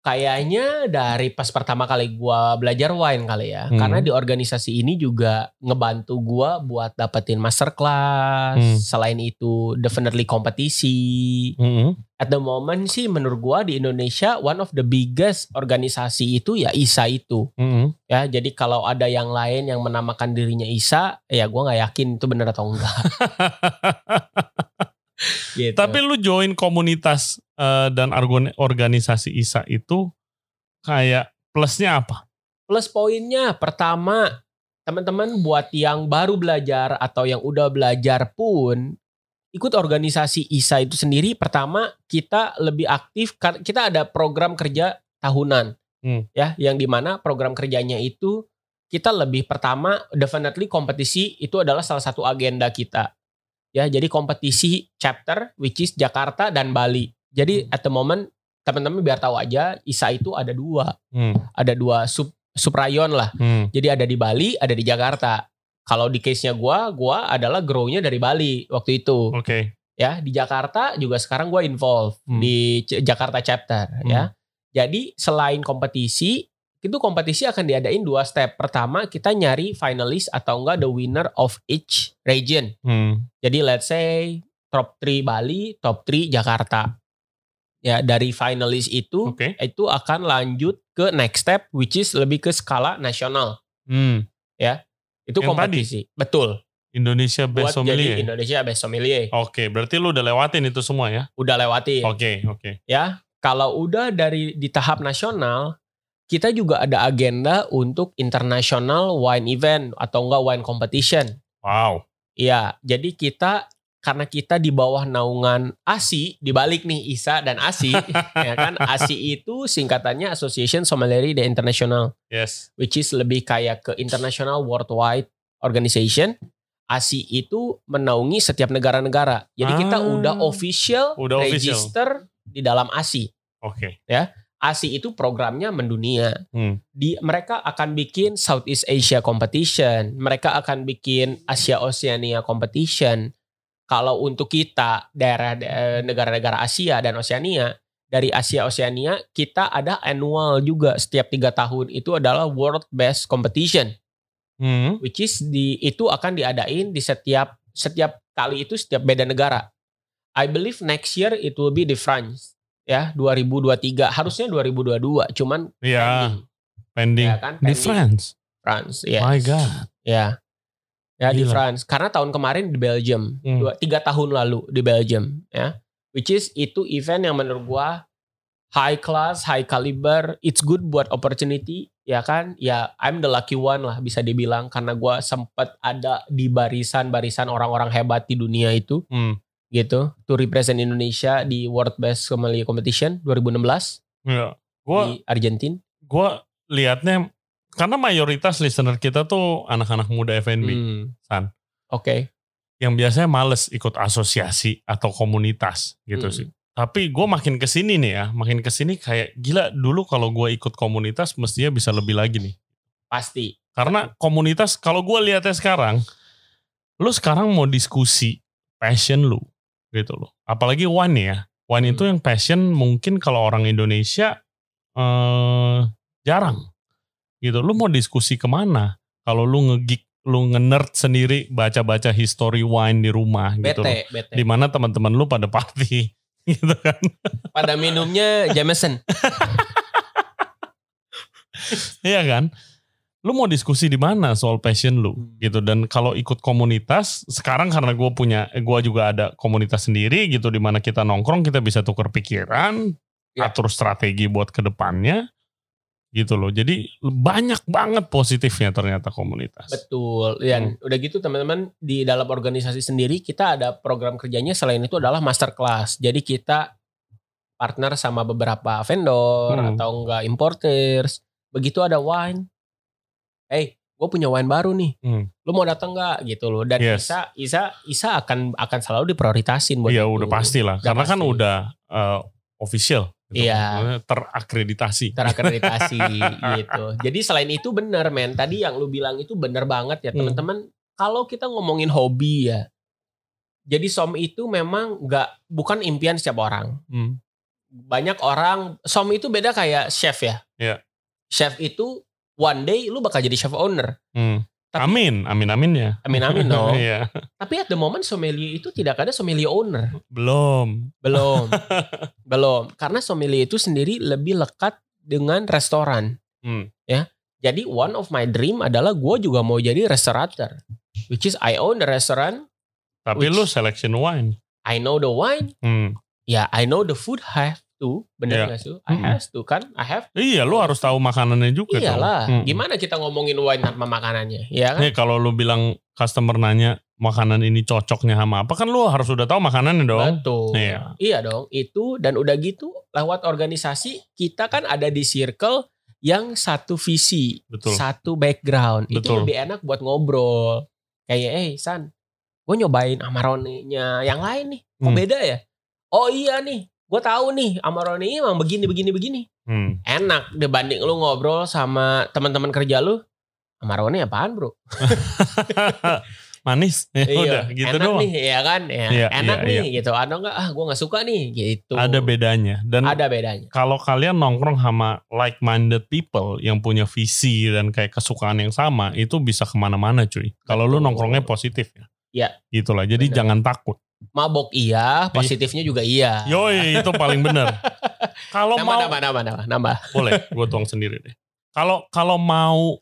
kayaknya dari pas pertama kali gua belajar wine kali ya
Hmm.
karena di organisasi ini juga ngebantu gua buat dapetin masterclass
Hmm.
selain itu definitely kompetisi
Mm-mm.
at the moment sih menurut gua di Indonesia one of the biggest organisasi itu ya ISA itu
Mm-mm.
ya jadi kalau ada yang lain yang menamakan dirinya Isa ya gue nggak yakin itu bener atau enggak gitu.
Tapi lu join komunitas eh, dan argon- organisasi ISA itu kayak plusnya apa?
plus poinnya pertama teman-teman buat yang baru belajar atau yang udah belajar pun ikut organisasi ISA itu sendiri pertama kita lebih aktif kar- kita ada program kerja tahunan
Hmm.
ya yang dimana program kerjanya itu kita lebih pertama definitely kompetisi itu adalah salah satu agenda kita ya jadi kompetisi chapter which is Jakarta dan Bali jadi at the moment teman-teman biar tahu aja ISA itu ada dua
Hmm.
ada dua sub subrayon lah
Hmm.
jadi ada di Bali ada di Jakarta kalau di case nya gua gua adalah grow-nya dari Bali waktu itu
Oke.
ya di Jakarta juga sekarang gua involve
Hmm.
di C- Jakarta chapter
Hmm.
ya jadi selain kompetisi itu kompetisi akan diadain dua step pertama kita nyari finalis atau enggak the winner of each region
Hmm.
jadi let's say top 3 Bali, top 3 Jakarta. Ya dari finalis itu
Oke.
itu akan lanjut ke next step which is lebih ke skala nasional.
Hmm.
Itu
Yang
kompetisi. Betul.
Indonesia
Buat
Best
jadi
Sommelier.
Indonesia Best Sommelier.
Oke, berarti lu udah lewatin itu semua ya?
Udah lewati.
Oke, oke.
Kalau udah dari di tahap nasional, kita juga ada agenda untuk international wine event atau enggak wine competition.
Wow.
Iya, jadi kita karena kita di bawah naungan ASI, dibalik nih ISA dan ASI, ya kan? ASI itu singkatannya Association Sommelier the International,
Yes.
which is lebih kayak ke international worldwide organization. ASI itu menaungi setiap negara-negara. Jadi kita
Ah.
udah official
Udah official.
register di dalam ASI.
Oke.
ASI itu programnya mendunia.
Hmm.
Di mereka akan bikin Southeast Asia Competition, mereka akan bikin Asia Oceania Competition. Kalau untuk kita daerah eh, negara-negara Asia dan Oceania, dari Asia Oceania kita ada annual juga setiap tiga tahun itu adalah World Best Competition,
Hmm.
which is di itu akan diadain di setiap setiap kali itu setiap beda negara. I believe next year it will be di France ya 2023 harusnya 2022 cuman
Ya,
pending,
pending.
ya kan
Di
pending.
France.
France, ya.
My God.
Ya. Ya di
Gila.
France. Karena tahun kemarin di Belgium,
Hmm.
dua, tiga tahun lalu di Belgium, ya. Which is itu event yang menurut gua high class, high caliber, it's good buat opportunity, ya kan? Ya, I'm the lucky one lah bisa dibilang karena gua sempat ada di barisan-barisan orang-orang hebat di dunia itu
Hmm.
gitu. To represent Indonesia di World Best Sommelier Competition 2016
Ya. Gua
di Argentina.
gue liatnya karena mayoritas listener kita tuh anak-anak muda F&B
Hmm.
San.
Oke.
yang biasanya males ikut asosiasi atau komunitas gitu
Hmm.
sih. Tapi gue makin kesini nih ya, makin kesini kayak gila dulu kalau gue ikut komunitas mestinya bisa lebih lagi nih.
Pasti.
Karena komunitas kalau gue lihatnya sekarang, lu sekarang mau diskusi passion lu gitu loh. Apalagi wine ya, wine itu yang passion mungkin kalau orang Indonesia eh, jarang gitu. Lu mau diskusi kemana? Kalau lu ngegik, lu nge-nerd sendiri baca-baca history wine di rumah gitu. loh.
Bete, bete.
Di mana teman-teman lu pada party gitu kan.
pada minumnya Jameson.
Iya kan? Lu mau diskusi di mana soal passion lu
Hmm.
gitu dan kalau ikut komunitas sekarang karena gue punya gue juga ada komunitas sendiri gitu di mana kita nongkrong kita bisa tukar pikiran
Iya.
atur strategi buat kedepannya gitu loh jadi banyak banget positifnya ternyata komunitas
Betul. Dan
Hmm.
udah gitu teman-teman di dalam organisasi sendiri kita ada program kerjanya selain itu adalah masterclass. Jadi kita partner sama beberapa vendor
Hmm.
atau enggak importers. Begitu ada wine. Hey, gue punya wine baru nih.
Hmm.
Lu mau datang nggak gitu loh. Dan
Yes.
Isa, Isa, Isa akan akan selalu diprioritasin buat
iya
itu.
udah pasti lah
Udah
karena kan
pasti.
udah eh, official gitu.
Iya.
Maksudnya terakreditasi
terakreditasi gitu. Jadi selain itu benar men, tadi yang lu bilang itu benar banget ya
Hmm.
teman-teman. Kalau kita ngomongin hobi ya, jadi som itu memang nggak bukan impian setiap orang.
Hmm.
Banyak orang som itu beda kayak chef ya.
Iya.
Chef itu one day lu bakal jadi chef owner.
Hmm.
Tapi-
amin amin amin ya
Amin amin dong.
Iya.
Tapi at the moment sommelier itu tidak ada sommelier owner.
belum
Belum. Belum. Karena sommelier itu sendiri lebih lekat dengan restoran.
Hmm.
Jadi one of my dream adalah gue juga mau jadi restaurateur. Which is I own the restaurant,
tapi
Which-
lu selection wine
I know the wine,
Hmm.
ya I know the food have to,
Iya.
bener nggak sih? I
Mm-mm.
have to kan, I have.
Iya, lu harus tahu makanannya juga. dong.
Iyalah,
Hmm.
gimana kita ngomongin wine tanpa makanannya, ya kan?
Nih kalau lu bilang customer nanya makanan ini cocoknya sama apa kan lu harus udah tahu makanannya dong.
Betul.
Iya.
Iya dong, itu dan udah gitu lewat organisasi kita kan ada di circle yang satu visi,
Betul.
satu background. Itu
Betul.
lebih enak buat ngobrol. Kayak, eh San, gue nyobain Amarone-nya yang lain nih. Kok
Hmm.
beda ya? Oh iya nih, gue tahu nih Amarone ini emang begini begini begini.
Hmm.
Enak dibanding lu ngobrol sama teman-teman kerja lu. Amarone apaan, Bro?
Manis. Ya udah gitu
Iya, enak
doang.
nih ya kan? Ya,
Iya,
enak
iya,
nih gitu. Ada enggak ah gue nggak suka nih gitu.
Ada bedanya dan
Ada bedanya.
kalau kalian nongkrong sama like-minded people yang punya visi dan kayak kesukaan yang sama, itu bisa kemana-mana cuy. Kalau lu
Hmm. Betul.
nongkrongnya positif ya.
Iya.
Gitulah, jadi
Benar.
jangan takut.
Mabok iya, positifnya juga iya.
Yoi, itu paling benar. Kalau
nambah,
Ya, mau,
nambah, nambah, nambah, nambah.
boleh, gue tuang sendiri deh. Kalau kalau mau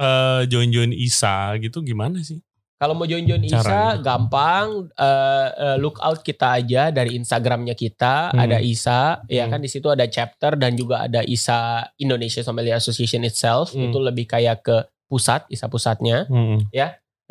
eh, join-join Isa gitu gimana sih?
Kalau mau join-join Isa
Caranya. gitu.
gampang eh, eh, look out kita aja dari Instagramnya
Hmm.
kita ada Isa ya
Hmm.
kan di situ ada chapter dan juga ada Isa Indonesia Sommelier Association itself
Hmm.
itu lebih kayak ke pusat Isa pusatnya
Mm-mm.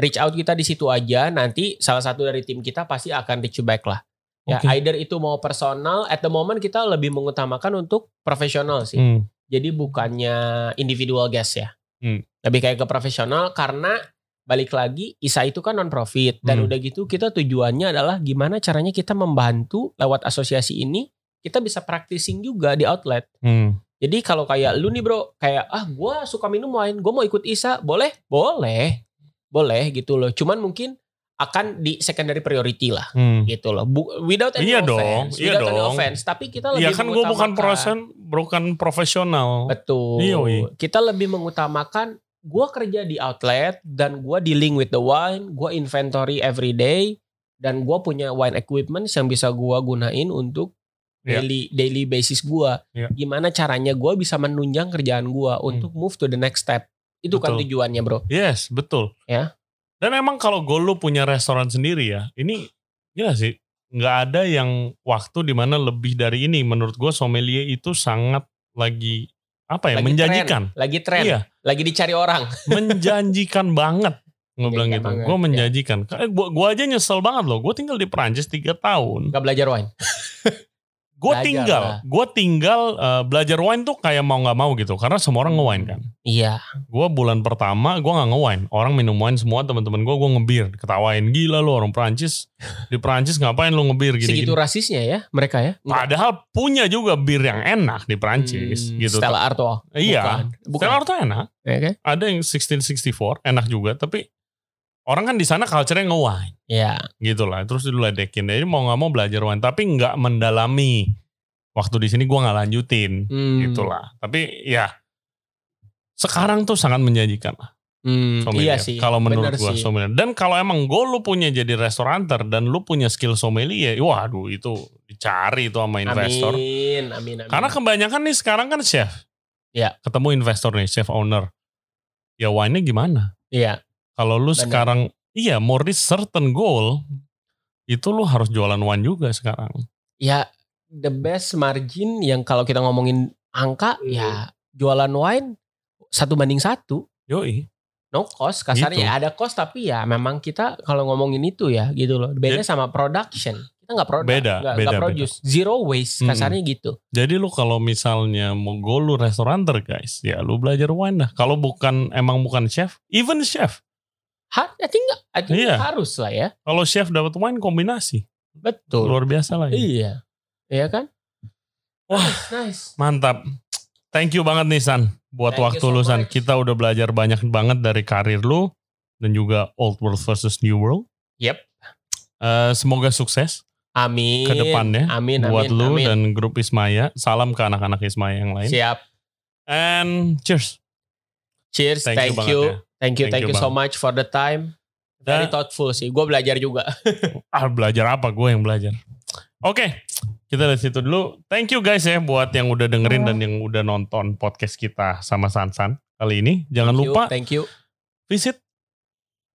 reach out kita di situ aja nanti salah satu dari tim kita pasti akan reach you back lah ya
Oke.
either itu mau personal at the moment kita lebih mengutamakan untuk profesional sih
Mm.
jadi bukannya individual guest ya.
Hmm.
Lebih kayak ke profesional karena balik lagi ISA itu kan non profit dan
Hmm.
udah gitu kita tujuannya adalah gimana caranya kita membantu lewat asosiasi ini kita bisa practicing juga di outlet.
Mm.
Jadi kalau kayak lu nih bro, kayak ah gua suka minum wine, gua mau ikut ISA, boleh? Boleh. Boleh gitu loh. Cuman mungkin akan di secondary priority lah
Mm.
gitu loh. Bu- without any
Iya dong,
offense,
iya
without any
dong.
offense, tapi kita
Iya
lebih
kan gue bukan
mengutamakan-
prosen, bukan profesional.
Betul.
Iya, Wi.
Kita lebih mengutamakan gua kerja di outlet dan gua dealing with the wine, gua inventory every day dan gua punya wine equipment yang bisa gua gunain untuk
Iya.
daily daily basis gua.
Iya. Hmm.
Gimana caranya gua bisa menunjang kerjaan gua untuk move to the next step. Itu kan
Betul.
tujuannya, Bro.
Yes, betul.
Ya.
Dan emang kalau gue lu punya restoran sendiri ya, ini gila sih. Nggak ada yang waktu dimana lebih dari ini. Menurut gue sommelier itu sangat lagi apa ya
Lagi
menjanjikan.
Lagi tren,
Iya,
lagi dicari orang.
menjanjikan banget. Gue bilang
Menjanjikan
gitu.
banget,
Gue
ya.
menjanjikan. Eh, Gue gue aja nyesel banget loh. Gue tinggal di Perancis 3 tahun.
Gak belajar wine.
Gue
Belajar lah.
tinggal, gue tinggal eh, belajar wine tuh kayak mau nggak mau gitu. Karena semua orang nge-wine kan.
Iya.
gue bulan pertama gue nggak ngewine orang minum wine semua teman-teman gue gue ngebir ketawain gila lu orang Perancis di Perancis ngapain lu ngebir gini,
Segitu
gini
rasisnya ya mereka ya. Nggak.
padahal punya juga bir yang enak di Perancis
Hmm,
gitu
Stella Artois.
iya
Bukan.
bukan
Bukan.
tuh enak
Oke.
ada yang 1664 enak juga tapi orang kan di sana culture-nya ngewine
Iya.
gitu lah terus diledekin jadi mau nggak mau belajar wine tapi nggak mendalami waktu di sini gue nggak lanjutin
Hmm.
gitulah tapi ya sekarang tuh sangat menjanjikan
Hmm,
sommelier.
iya sih.
Kalau menurut
Bener
gua
sih.
sommelier. Dan kalau emang gue lu punya jadi restoranter dan lu punya skill sommelier, waduh itu dicari itu sama investor.
Amin, amin, amin.
Karena kebanyakan nih sekarang kan chef.
Iya.
Ketemu investor nih, chef owner. Ya wine-nya gimana?
iya,
Kalau lu
Bener.
sekarang iya more reach certain goal itu lu harus jualan wine juga sekarang.
ya the best margin yang kalau kita ngomongin angka
Hmm.
ya jualan wine satu banding satu
Yoi.
no cost
Gitu.
kasarnya ya ada cost tapi ya memang kita kalau ngomongin itu ya gitu loh beda sama production kita nggak produk
Beda,
nggak
beda,
nggak
beda. Hmm.
produce zero waste
Mm-mm.
kasarnya gitu
Jadi lu kalau misalnya mau goal lu restoranter guys, ya lu belajar wine dah. Kalau bukan emang bukan chef, even chef.
ha, I think, I think
Iya.
harus lah ya
Kalau chef dapat wine kombinasi.
betul
Luar biasa lah ya. ini.
iya iya kan
Wah.
nice, nice.
Mantap. Thank you banget nih San buat
Thank you
waktu
so
lu San.
much.
Kita udah belajar banyak banget dari karir lu dan juga old world versus new world.
Yep.
Eh, semoga sukses
amin
ke depannya
amin amin
buat lu
amin.
dan grup Ismaya. Salam ke anak-anak Ismaya yang lain.
siap
And cheers.
Cheers,
Thank
thank,
you banget
you,
ya.
thank you,
Thank
thank
you
you, so much for the time. Very
Dan-
thoughtful sih, gue belajar juga.
Ah belajar apa? Gue yang belajar. Oke, kita dari situ dulu. Thank you guys ya buat yang udah dengerin dan yang udah nonton podcast kita sama San-San kali ini. Jangan
Thank you,
lupa
thank you.
visit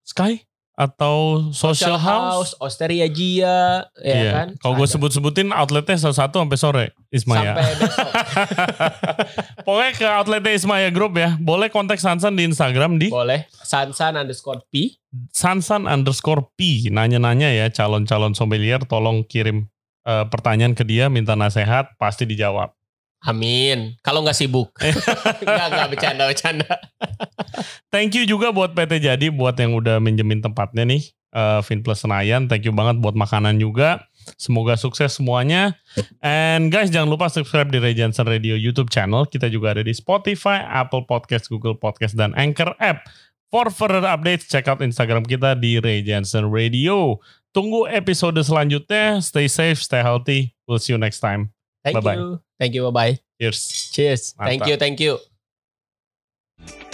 Sky atau Social, House.
Osteria Gia, ya
Iya.
kan?
Kalau gue
Ada.
sebut-sebutin outletnya satu-satu sampai sore Ismaya.
sampai besok.
Pokoknya ke outletnya Ismaya Group ya. Boleh kontak Sansan di Instagram di
Boleh. Sansan underscore P.
Sansan underscore P. Nanya-nanya ya calon-calon sommelier. Tolong kirim eh, pertanyaan ke dia, minta nasehat, pasti dijawab.
Amin. Kalau nggak sibuk. Nggak, nggak bercanda, bercanda.
Thank you juga buat PT Jadi buat yang udah minjemin tempatnya nih. eh, Vinplus Senayan. Thank you banget buat makanan juga. Semoga sukses semuanya. And guys jangan lupa subscribe di Regensen Radio YouTube channel. Kita juga ada di Spotify, Apple Podcast, Google Podcast, dan Anchor app. For further updates, check out Instagram kita di Ray Jensen Radio. Tunggu episode selanjutnya. Stay safe, stay healthy. We'll see you next time.
Thank
Bye-bye.
you. Thank you. Bye bye.
Cheers.
Cheers. Thank
Mantap.
you. Thank you.